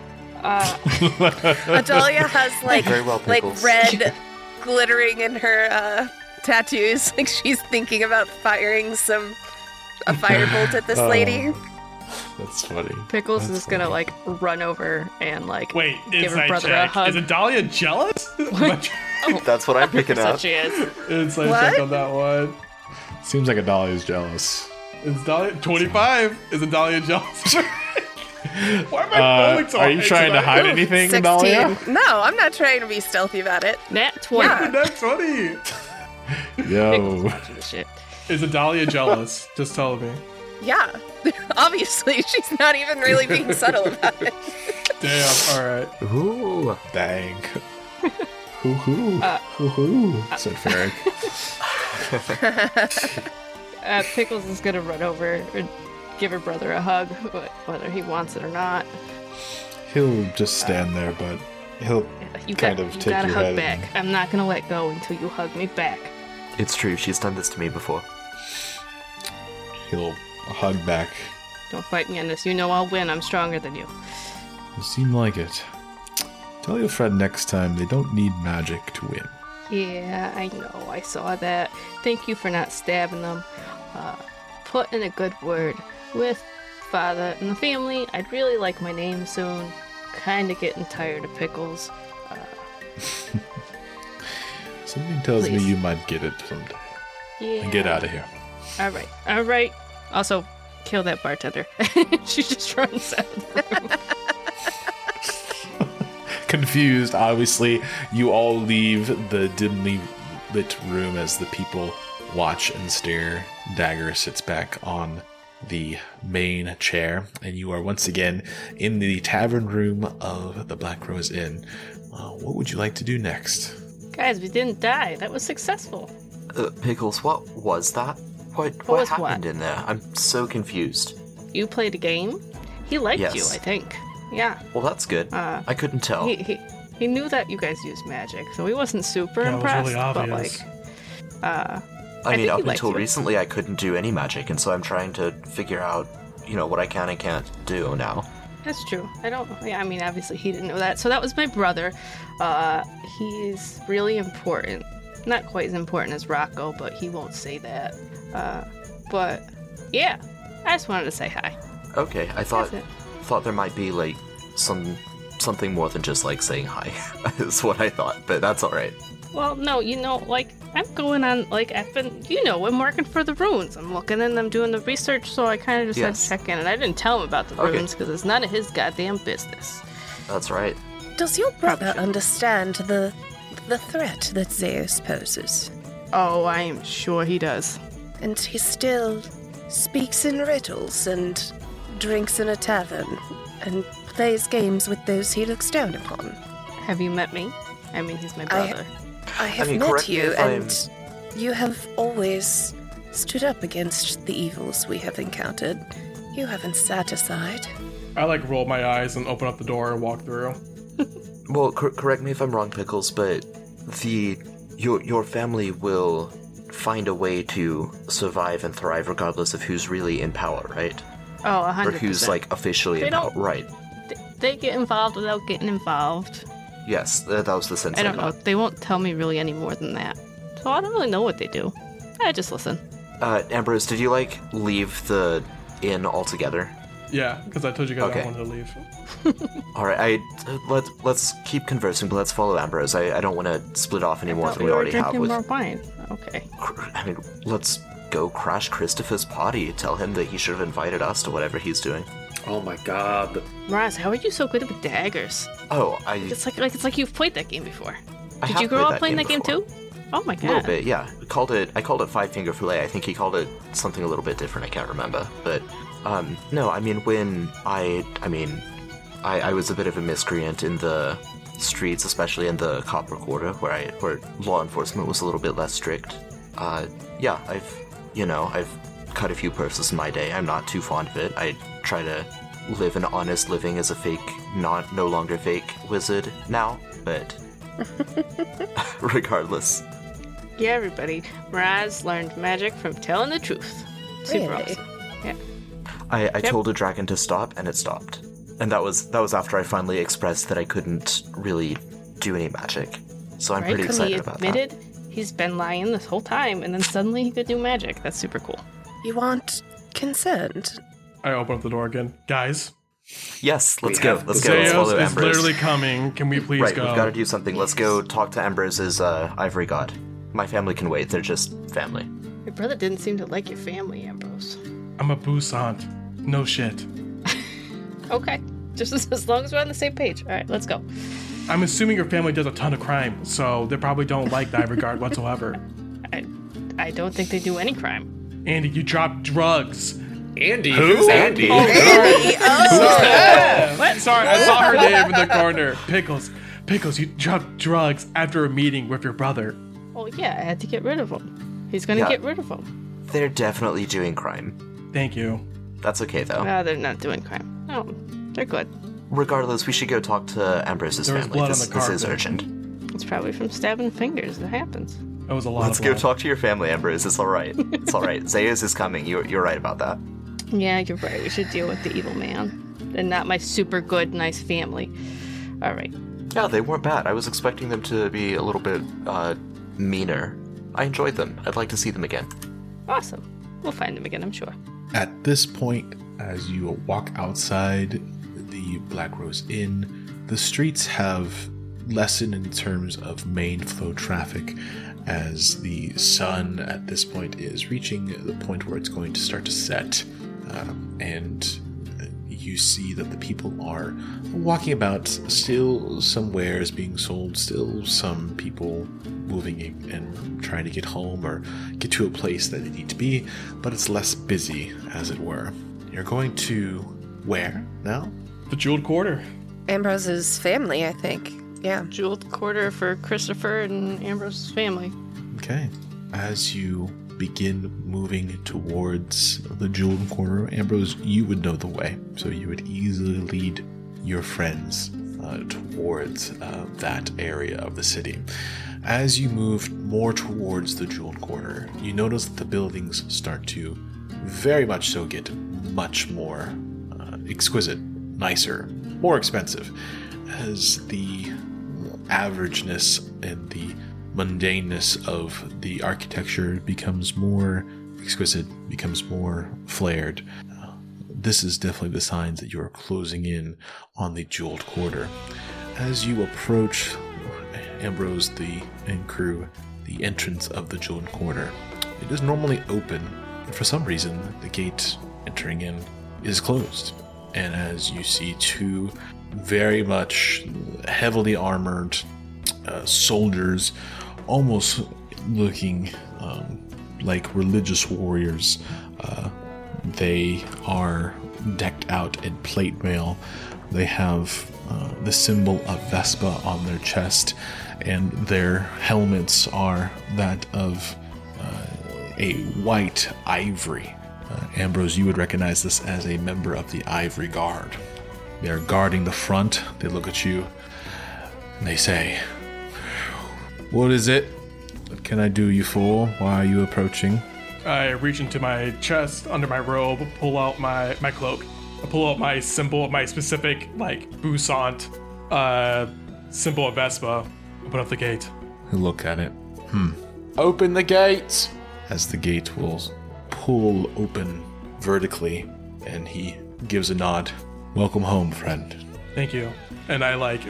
Speaker 5: Adalia has like
Speaker 6: Very well,
Speaker 5: like
Speaker 6: Pickles.
Speaker 5: red glittering in her uh, tattoos. Like she's thinking about firing some a firebolt at this
Speaker 6: Oh.
Speaker 5: lady.
Speaker 2: That's funny.
Speaker 4: Pickles
Speaker 2: That's
Speaker 4: is gonna
Speaker 2: funny.
Speaker 4: like run over and like
Speaker 7: Wait,
Speaker 4: give her
Speaker 7: inside
Speaker 4: brother
Speaker 7: check.
Speaker 4: a hug.
Speaker 7: Is Adalia jealous?
Speaker 6: That's what I'm picking
Speaker 4: So
Speaker 6: up.
Speaker 4: she is.
Speaker 7: inside
Speaker 5: What?
Speaker 7: check on that one.
Speaker 2: Seems like Adalia is jealous.
Speaker 7: Is Dahlia 25? Is Adalia jealous? Why am
Speaker 4: Oh,
Speaker 7: I
Speaker 2: Uh,
Speaker 7: rolling so
Speaker 2: are you
Speaker 7: high
Speaker 2: trying to
Speaker 7: tonight?
Speaker 2: hide anything,
Speaker 5: Sixteen.
Speaker 2: Adalia?
Speaker 5: No, I'm not trying to be stealthy about it.
Speaker 4: Nat twenty.
Speaker 5: Yeah.
Speaker 7: That's funny.
Speaker 2: Yo.
Speaker 4: Shit.
Speaker 7: Is Adalia jealous? Just tell me.
Speaker 5: Yeah, obviously she's not even really being subtle about it.
Speaker 7: Damn. All right.
Speaker 6: Ooh.
Speaker 2: Dang. Hoo hoo. hoo hoo. said Ferric.
Speaker 4: Uh, Pickles is gonna run over and give her brother a hug, wh- whether he wants it or not.
Speaker 2: He'll just stand there, but he'll
Speaker 4: You
Speaker 2: kind
Speaker 4: got,
Speaker 2: of
Speaker 4: you
Speaker 2: take
Speaker 4: gotta
Speaker 2: your
Speaker 4: hug
Speaker 2: head
Speaker 4: back. I'm not gonna let go until you hug me back.
Speaker 6: It's true. She's done this to me before.
Speaker 2: and he'll hug back.
Speaker 4: Don't fight me on this. You know I'll win. I'm stronger than you.
Speaker 2: You seem like it. Tell your friend next time they don't need magic to win.
Speaker 4: Yeah, I know. I saw that. Thank you for not stabbing them. Uh, put in a good word with father and the family. I'd really like my name soon. Kind of getting tired of pickles.
Speaker 2: Something tells
Speaker 4: Please.
Speaker 2: me you might get it someday.
Speaker 4: Yeah.
Speaker 2: And get out of here.
Speaker 4: All right. All right. Also, kill that bartender. she just runs out.
Speaker 2: Confused, obviously, you all leave the dimly lit room as the people watch and stare. Dagger sits back on the main chair, and you are once again in the tavern room of the Black Rose Inn. Uh, what would you like to do next?
Speaker 4: Guys, we didn't die. That was successful.
Speaker 6: Uh, Pickles, what was that? What, what,
Speaker 4: was what?
Speaker 6: happened in there? I'm so confused.
Speaker 4: You played a game. He liked you,
Speaker 6: Yes.
Speaker 4: I think. Yeah.
Speaker 6: Well, that's good. I couldn't tell.
Speaker 4: Uh, He, he he knew that you guys used magic, so he wasn't super
Speaker 7: Yeah, it was
Speaker 4: impressed.
Speaker 7: really
Speaker 4: but
Speaker 7: obvious.
Speaker 4: like,
Speaker 6: I mean,
Speaker 4: think he
Speaker 6: up
Speaker 4: liked
Speaker 6: until
Speaker 4: you.
Speaker 6: recently, I couldn't do any magic, and so I'm trying to figure out, you know, what I can and can't do now.
Speaker 4: That's true. I don't. Yeah, I mean, obviously he didn't know that. So that was my brother. Uh, he's really important. Not quite as important as Rocco, but he won't say that. Uh, but yeah, I just wanted to say hi.
Speaker 6: Okay, I thought
Speaker 4: That's
Speaker 6: thought there might be like some something more than just like saying hi. is what I thought, but that's all right.
Speaker 4: Well, no, you know, like I'm going on. Like I've been, you know, I'm working for the runes. I'm looking and I'm doing the research. So I kind of just
Speaker 6: Yes.
Speaker 4: had to check in, and I didn't tell him about the
Speaker 6: Okay.
Speaker 4: runes because it's none of his goddamn business.
Speaker 6: That's right.
Speaker 5: Does your brother understand the the threat that Zeus poses?
Speaker 4: Oh, I am sure he does.
Speaker 5: And he still speaks in riddles and drinks in a tavern and plays games with those he looks down upon.
Speaker 4: Have you met me? I mean, he's my
Speaker 5: I-
Speaker 4: brother.
Speaker 5: I have
Speaker 6: mean,
Speaker 5: met
Speaker 6: correct me
Speaker 5: you,
Speaker 6: if I'm-
Speaker 5: and you have always stood up against the evils we have encountered. You haven't sat aside.
Speaker 7: I like roll my eyes and open up the door and walk through.
Speaker 6: Well, cor- correct me if I'm wrong, Pickles, but the your your family will find a way to survive and thrive regardless of who's really in power, right?
Speaker 4: Oh, a
Speaker 6: Or
Speaker 4: hundred
Speaker 6: who's
Speaker 4: percent.
Speaker 6: like officially
Speaker 4: They
Speaker 6: in power,
Speaker 4: don't-
Speaker 6: right?
Speaker 4: They get involved without getting involved.
Speaker 6: Yes, that, that was the sense.
Speaker 4: I don't know. They won't tell me really any more than that. So I don't really know what they do. I just listen.
Speaker 6: Uh, Ambrose, did you like leave the inn altogether?
Speaker 7: Yeah, because I told you guys
Speaker 6: Okay.
Speaker 7: I wanted to leave.
Speaker 6: All right, I let let's keep conversing, but let's follow Ambrose. I, I don't want to split off any more
Speaker 4: Thought
Speaker 6: than we,
Speaker 4: were
Speaker 6: already have
Speaker 4: drinking
Speaker 6: with.
Speaker 4: more wine. Okay.
Speaker 6: I mean, let's go crash Christopher's party. Tell him that he should have invited us to whatever he's doing.
Speaker 3: Oh my god.
Speaker 4: Roz, how are you so good with daggers?
Speaker 6: Oh, I
Speaker 4: It's like like it's like you've played that game before.
Speaker 6: I
Speaker 4: Did
Speaker 6: have
Speaker 4: you grow
Speaker 6: played
Speaker 4: up
Speaker 6: that
Speaker 4: playing
Speaker 6: game
Speaker 4: that game
Speaker 6: before.
Speaker 4: too? Oh my
Speaker 6: a little
Speaker 4: god.
Speaker 6: bit, yeah. I called it. I called it Five Finger Fillet. I think he called it something a little bit different. I can't remember, but um, no. I mean, when I, I mean, I, I was a bit of a miscreant in the streets, especially in the Copper Quarter, where I where law enforcement was a little bit less strict. Uh, yeah, I've you know I've cut a few purses in my day. I'm not too fond of it. I try to live an honest living as a fake, not no longer fake wizard now, but. regardless
Speaker 4: Yeah, everybody. Roz learned magic from telling the truth. Super
Speaker 5: Really?
Speaker 4: awesome. Yeah.
Speaker 6: I, I told a dragon to stop, and it stopped. And that was that was after I finally expressed that I couldn't really do any magic. So I'm
Speaker 4: Right?
Speaker 6: pretty
Speaker 4: Because he
Speaker 6: excited about that.
Speaker 4: admitted he's been lying this whole time and then suddenly he could do magic. That's super cool.
Speaker 5: You want consent?
Speaker 7: I open up the door again. Guys,
Speaker 6: Yes, let's
Speaker 3: We
Speaker 6: go.
Speaker 3: have
Speaker 6: Let's
Speaker 3: the
Speaker 6: go. Let's
Speaker 7: Zeus
Speaker 6: follow
Speaker 7: is
Speaker 6: Ambrose.
Speaker 7: literally coming. Can we please
Speaker 6: Right,
Speaker 7: go?
Speaker 6: we've got to do something. Let's go talk to Ambrose's uh, ivory god. My family can wait. They're just family.
Speaker 4: Your brother didn't seem to like your family, Ambrose.
Speaker 7: I'm a bousant. No shit.
Speaker 4: Okay. Just as, as long as we're on the same page. All right, let's go.
Speaker 7: I'm assuming your family does a ton of crime, so they probably don't like that regard whatsoever.
Speaker 4: I, I don't think they do any crime.
Speaker 7: Andy, you dropped drugs.
Speaker 3: Andy, who's Andy?
Speaker 7: Oh, What? Sorry, I saw her name in the corner. Pickles. Pickles, you dropped drugs after a meeting with your brother.
Speaker 4: Well, Oh, yeah, I had to get rid of him. He's gonna
Speaker 6: Yeah.
Speaker 4: get rid of him.
Speaker 6: They're definitely doing crime.
Speaker 7: Thank you.
Speaker 6: That's okay though.
Speaker 4: No, Ah, they're not doing crime. No, they're good.
Speaker 6: Regardless, we should go talk to Ambrose's
Speaker 7: There was
Speaker 6: family.
Speaker 7: blood on
Speaker 6: This,
Speaker 7: the
Speaker 6: this is
Speaker 7: carpet.
Speaker 6: urgent.
Speaker 4: It's probably from stabbing fingers. It happens.
Speaker 7: That was a lot.
Speaker 6: Let's
Speaker 7: of
Speaker 6: go
Speaker 7: blood.
Speaker 6: talk to your family, Ambrose. It's all right. It's all right. Zeus is coming. You're you're right about that.
Speaker 4: Yeah, you're right. We should deal with the evil man and not my super good, nice family. All right.
Speaker 6: Yeah, they weren't bad. I was expecting them to be a little bit uh, meaner. I enjoyed them. I'd like to see them again.
Speaker 4: Awesome. We'll find him again, I'm sure.
Speaker 2: At this point, as you walk outside the Black Rose Inn, the streets have lessened in terms of main flow traffic as the sun at this point is reaching the point where it's going to start to set. Um, and you see that the people are walking about, still some wares being sold, still some people moving in and trying to get home or get to a place that they need to be, but it's less busy, as it were. You're going to where now?
Speaker 7: The jeweled quarter.
Speaker 5: Ambrose's family, I think. Yeah.
Speaker 4: Jeweled quarter for Christopher and Ambrose's family.
Speaker 2: Okay. As you begin moving towards the jeweled corner, Ambrose, you would know the way, so you would easily lead your friends uh, towards uh, that area of the city. As you move more towards the jeweled corner, you notice that the buildings start to very much so get much more uh, exquisite, nicer, more expensive, as the averageness and the mundaneness of the architecture becomes more exquisite, becomes more flared. Uh, This is definitely the signs that you are closing in on the jeweled quarter. As you approach Ambrose the and crew, the entrance of the jeweled quarter, it is normally open, and for some reason, the gate entering in is closed. And as you see two very much heavily armored uh, soldiers, almost looking um, like religious warriors. Uh, they are decked out in plate mail. They have uh, the symbol of Vespa on their chest, and their helmets are that of uh, a white ivory. Uh, Ambrose, you would recognize this as a member of the Ivory Guard. They are guarding the front. They look at you and they say, What is it? What can I do you for? Why are you approaching?
Speaker 7: I reach into my chest, under my robe, pull out my, my cloak. I pull out my symbol, my specific, like, bousant uh, Simple of Vespa. Open up the gate.
Speaker 2: and look at it. Hmm. Open the gate! As the gate will pull open vertically, and he gives a nod. Welcome home, friend.
Speaker 7: Thank you. And I like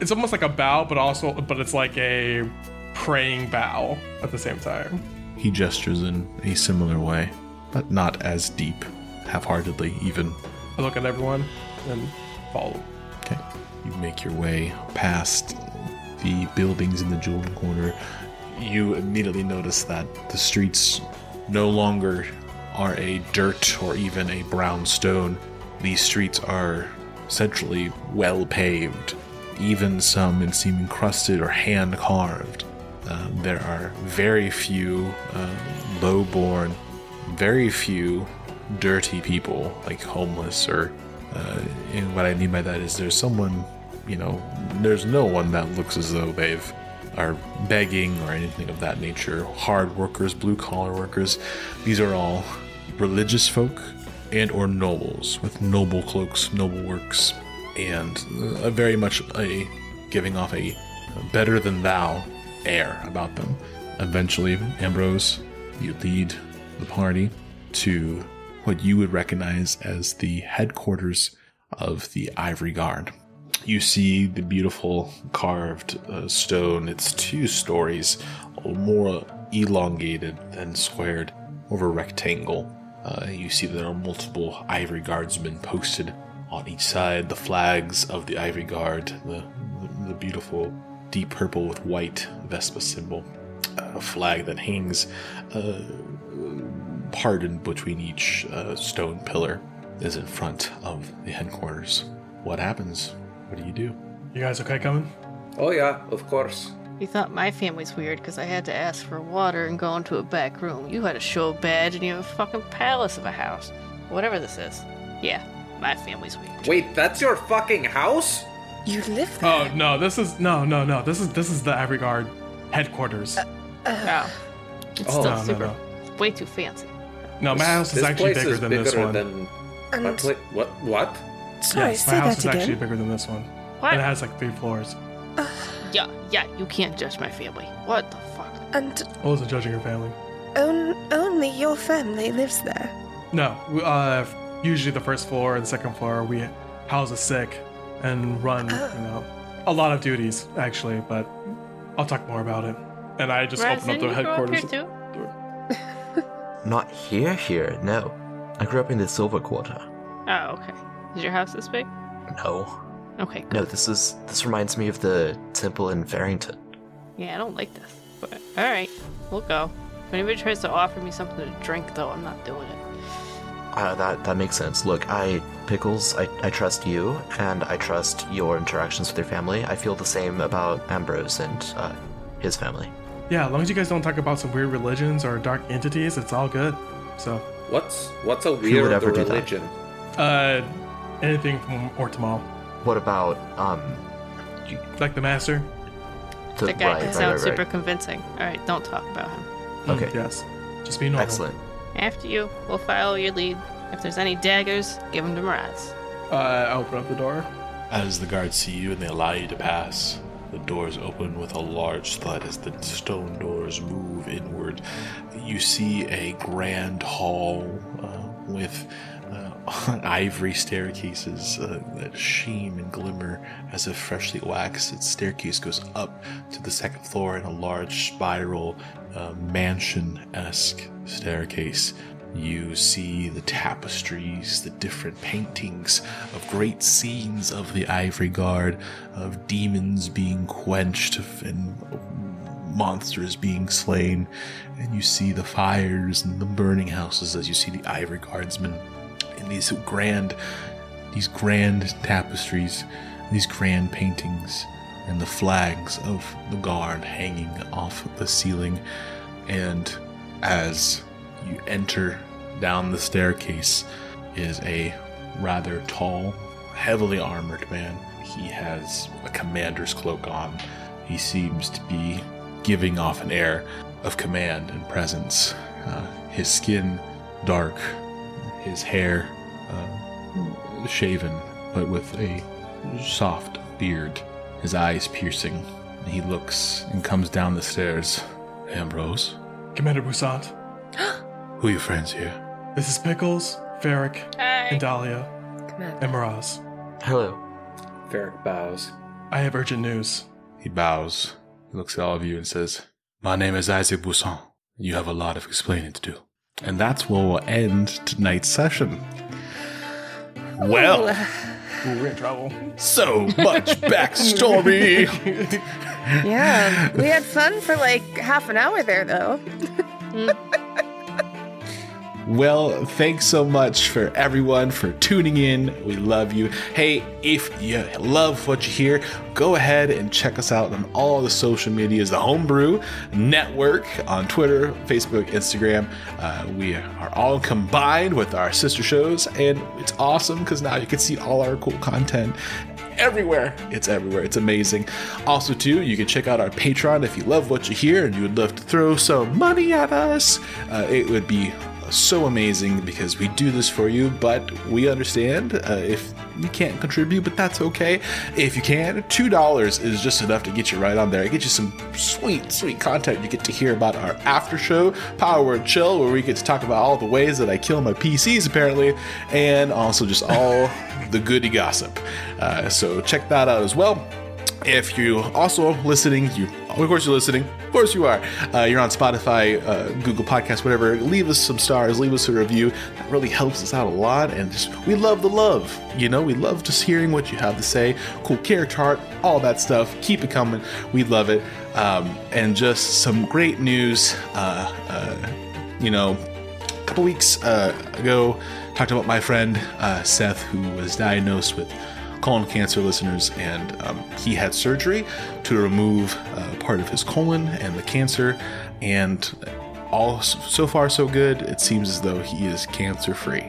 Speaker 7: it's almost like a bow, but also but it's like a praying bow at the same time.
Speaker 2: He gestures in a similar way, but not as deep, half heartedly, even.
Speaker 7: I look at everyone and follow.
Speaker 2: Okay. You make your way past the buildings in the Jeweled Corner. You immediately notice that the streets no longer are a dirt or even a brown stone. These streets are essentially well paved, even some it seem encrusted or hand carved. Uh, there are very few uh, low born, very few dirty people, like homeless or. Uh, and what I mean by that is there's someone, you know, there's no one that looks as though they've are begging or anything of that nature. Hard workers, blue collar workers, these are all religious folk and or nobles with noble cloaks, noble works, and uh, very much a giving off a better than thou air about them. Eventually, Ambrose, you lead the party to what you would recognize as the headquarters of the Ivory Guard. You see the beautiful carved uh, stone. It's two stories, more elongated than squared, over rectangle. Uh, you see there are multiple ivory guardsmen posted on each side. The flags of the ivory guard, the, the, the beautiful deep purple with white Vespa symbol, a flag that hangs uh, pardon between each uh, stone pillar is in front of the headquarters. What happens? What do you do?
Speaker 7: You guys okay coming?
Speaker 3: Oh, yeah, of course.
Speaker 4: You thought my family's weird because I had to ask for water and go into a back room. You had a show badge and you have a fucking palace of a house. Whatever this is. Yeah, my family's weird.
Speaker 3: Wait, that's your fucking house?
Speaker 5: You
Speaker 3: Uh,
Speaker 5: live there.
Speaker 7: Oh no, this is no no no. This is this is the Ivory Guard headquarters.
Speaker 3: Uh,
Speaker 4: Wow. It's
Speaker 3: Oh,
Speaker 4: still
Speaker 7: no, no,
Speaker 4: super,
Speaker 7: no.
Speaker 4: way too fancy.
Speaker 7: No, my house is
Speaker 3: This
Speaker 7: actually
Speaker 3: place
Speaker 7: bigger
Speaker 3: is
Speaker 7: than
Speaker 3: bigger
Speaker 7: this one.
Speaker 3: Than
Speaker 5: And-
Speaker 3: my pla- what? What?
Speaker 5: Sorry,
Speaker 7: yes,
Speaker 5: say
Speaker 7: my house
Speaker 5: that
Speaker 7: is
Speaker 5: again.
Speaker 7: actually bigger than this one.
Speaker 4: What?
Speaker 7: And it has like three floors.
Speaker 4: Yeah, yeah, you can't judge my family. What the fuck?
Speaker 5: And
Speaker 7: I wasn't judging your family.
Speaker 5: on- only your family lives there.
Speaker 7: No, we- uh, usually the first floor and second floor we house the sick and run,
Speaker 5: Oh.
Speaker 7: you know, a lot of duties actually. But I'll talk more about it. And I just open up
Speaker 4: Resin,
Speaker 7: the
Speaker 4: you grew up
Speaker 7: headquarters.
Speaker 4: here too?
Speaker 6: Not here, here, no. I grew up in the Silver Quarter.
Speaker 4: Oh, okay. Is your house this big?
Speaker 6: No.
Speaker 4: Okay, good.
Speaker 6: No, this is. This reminds me of the temple in Farrington.
Speaker 4: Yeah, I don't like this. But alright, we'll go. If anybody tries to offer me something to drink though, I'm not doing it.
Speaker 6: Uh, that that makes sense. Look, I Pickles, I, I trust you, and I trust your interactions with your family. I feel the same about Ambrose and uh, his family.
Speaker 7: Yeah, as long as you guys don't talk about some weird religions or dark entities, it's all good. So,
Speaker 3: What's what's a
Speaker 6: you would
Speaker 3: weird
Speaker 6: ever do that.
Speaker 3: religion?
Speaker 7: uh, anything from Ortamal,
Speaker 6: What about um
Speaker 7: like the master.
Speaker 6: the,
Speaker 4: The guy
Speaker 6: right,
Speaker 4: can
Speaker 6: right,
Speaker 4: sound
Speaker 6: right,
Speaker 4: super
Speaker 6: right.
Speaker 4: convincing. Alright, don't talk about him.
Speaker 7: Mm,
Speaker 6: Okay.
Speaker 7: yes, just be normal.
Speaker 6: Excellent.
Speaker 4: After you, we'll follow your lead. If there's any daggers, give them to Miraz.
Speaker 7: Uh, I open up the door.
Speaker 2: As the guards see you and they allow you to pass, the doors open with a large thud as the stone doors move inward. You see a grand hall uh, with uh, ivory staircases uh, that sheen and glimmer as if freshly waxed. Its staircase goes up to the second floor in a large spiral uh, mansion esque staircase. You see the tapestries, the different paintings of great scenes of the Ivory Guard, of demons being quenched and monsters being slain. And you see the fires and the burning houses as you see the Ivory Guardsmen in these grand, these grand tapestries, these grand paintings, and the flags of the guard hanging off the ceiling. And as you enter down the staircase is a rather tall, heavily armored man. He has a commander's cloak on. He seems to be giving off an air of command and presence. Uh, his skin dark, his hair uh, shaven, but with a soft beard. his eyes piercing. And he looks and comes down the stairs. Ambrose,
Speaker 7: Commander Boussant,
Speaker 2: who are your friends here?
Speaker 7: this is Pickles, Ferric, and Dahlia,
Speaker 5: Come on.
Speaker 7: and Miraz.
Speaker 6: Hello.
Speaker 3: Ferric bows.
Speaker 7: I have urgent news.
Speaker 2: He bows, he looks at all of you and says, My name is Isaac Bousson. You have a lot of explaining to do. And that's where we'll end tonight's session. Well,
Speaker 7: Ooh, we're in trouble.
Speaker 2: so much backstory.
Speaker 5: Yeah, we had fun for like half an hour there, though.
Speaker 2: Well, thanks so much for everyone for tuning in. We love you. Hey, if you love what you hear, go ahead and check us out on all the social medias the Homebrew Network on Twitter, Facebook, Instagram. Uh, we are all combined with our sister shows, and it's awesome because now you can see all our cool content everywhere. It's everywhere. It's amazing. Also, too, you can check out our Patreon if you love what you hear and you would love to throw some money at us. Uh, it would be so amazing because we do this for you, but we understand uh, if you can't contribute, but that's okay. If you can, $2 is just enough to get you right on there. It gets you some sweet, sweet content. You get to hear about our after show, Power Word Chill, where we get to talk about all the ways that I kill my PCs, apparently, and also just all the goody gossip. Uh, so check that out as well. If you also listening, you of course you're listening, of course you are. Uh, you're on Spotify, uh, Google Podcasts, whatever. Leave us some stars, leave us a review. That really helps us out a lot, and just we love the love. You know, we love just hearing what you have to say. Cool character art, all that stuff. Keep it coming. We love it, um, and just some great news. Uh, uh, you know, a couple weeks uh, ago talked about my friend uh, Seth, who was diagnosed with colon cancer, listeners, and um, he had surgery to remove uh, part of his colon and the cancer. And all so far, so good. It seems as though he is cancer free.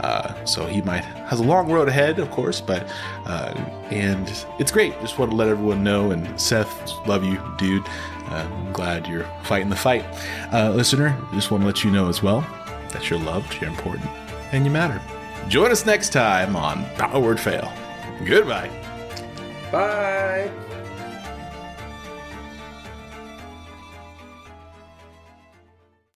Speaker 2: Uh, so he might has a long road ahead, of course, but uh, and it's great. Just want to let everyone know. And Seth, love you, dude. Uh, I'm glad you're fighting the fight, uh, listener. Just want to let you know as well that you're loved, you're important, and you matter. Join us next time on Power Word Fail. Goodbye.
Speaker 3: Bye.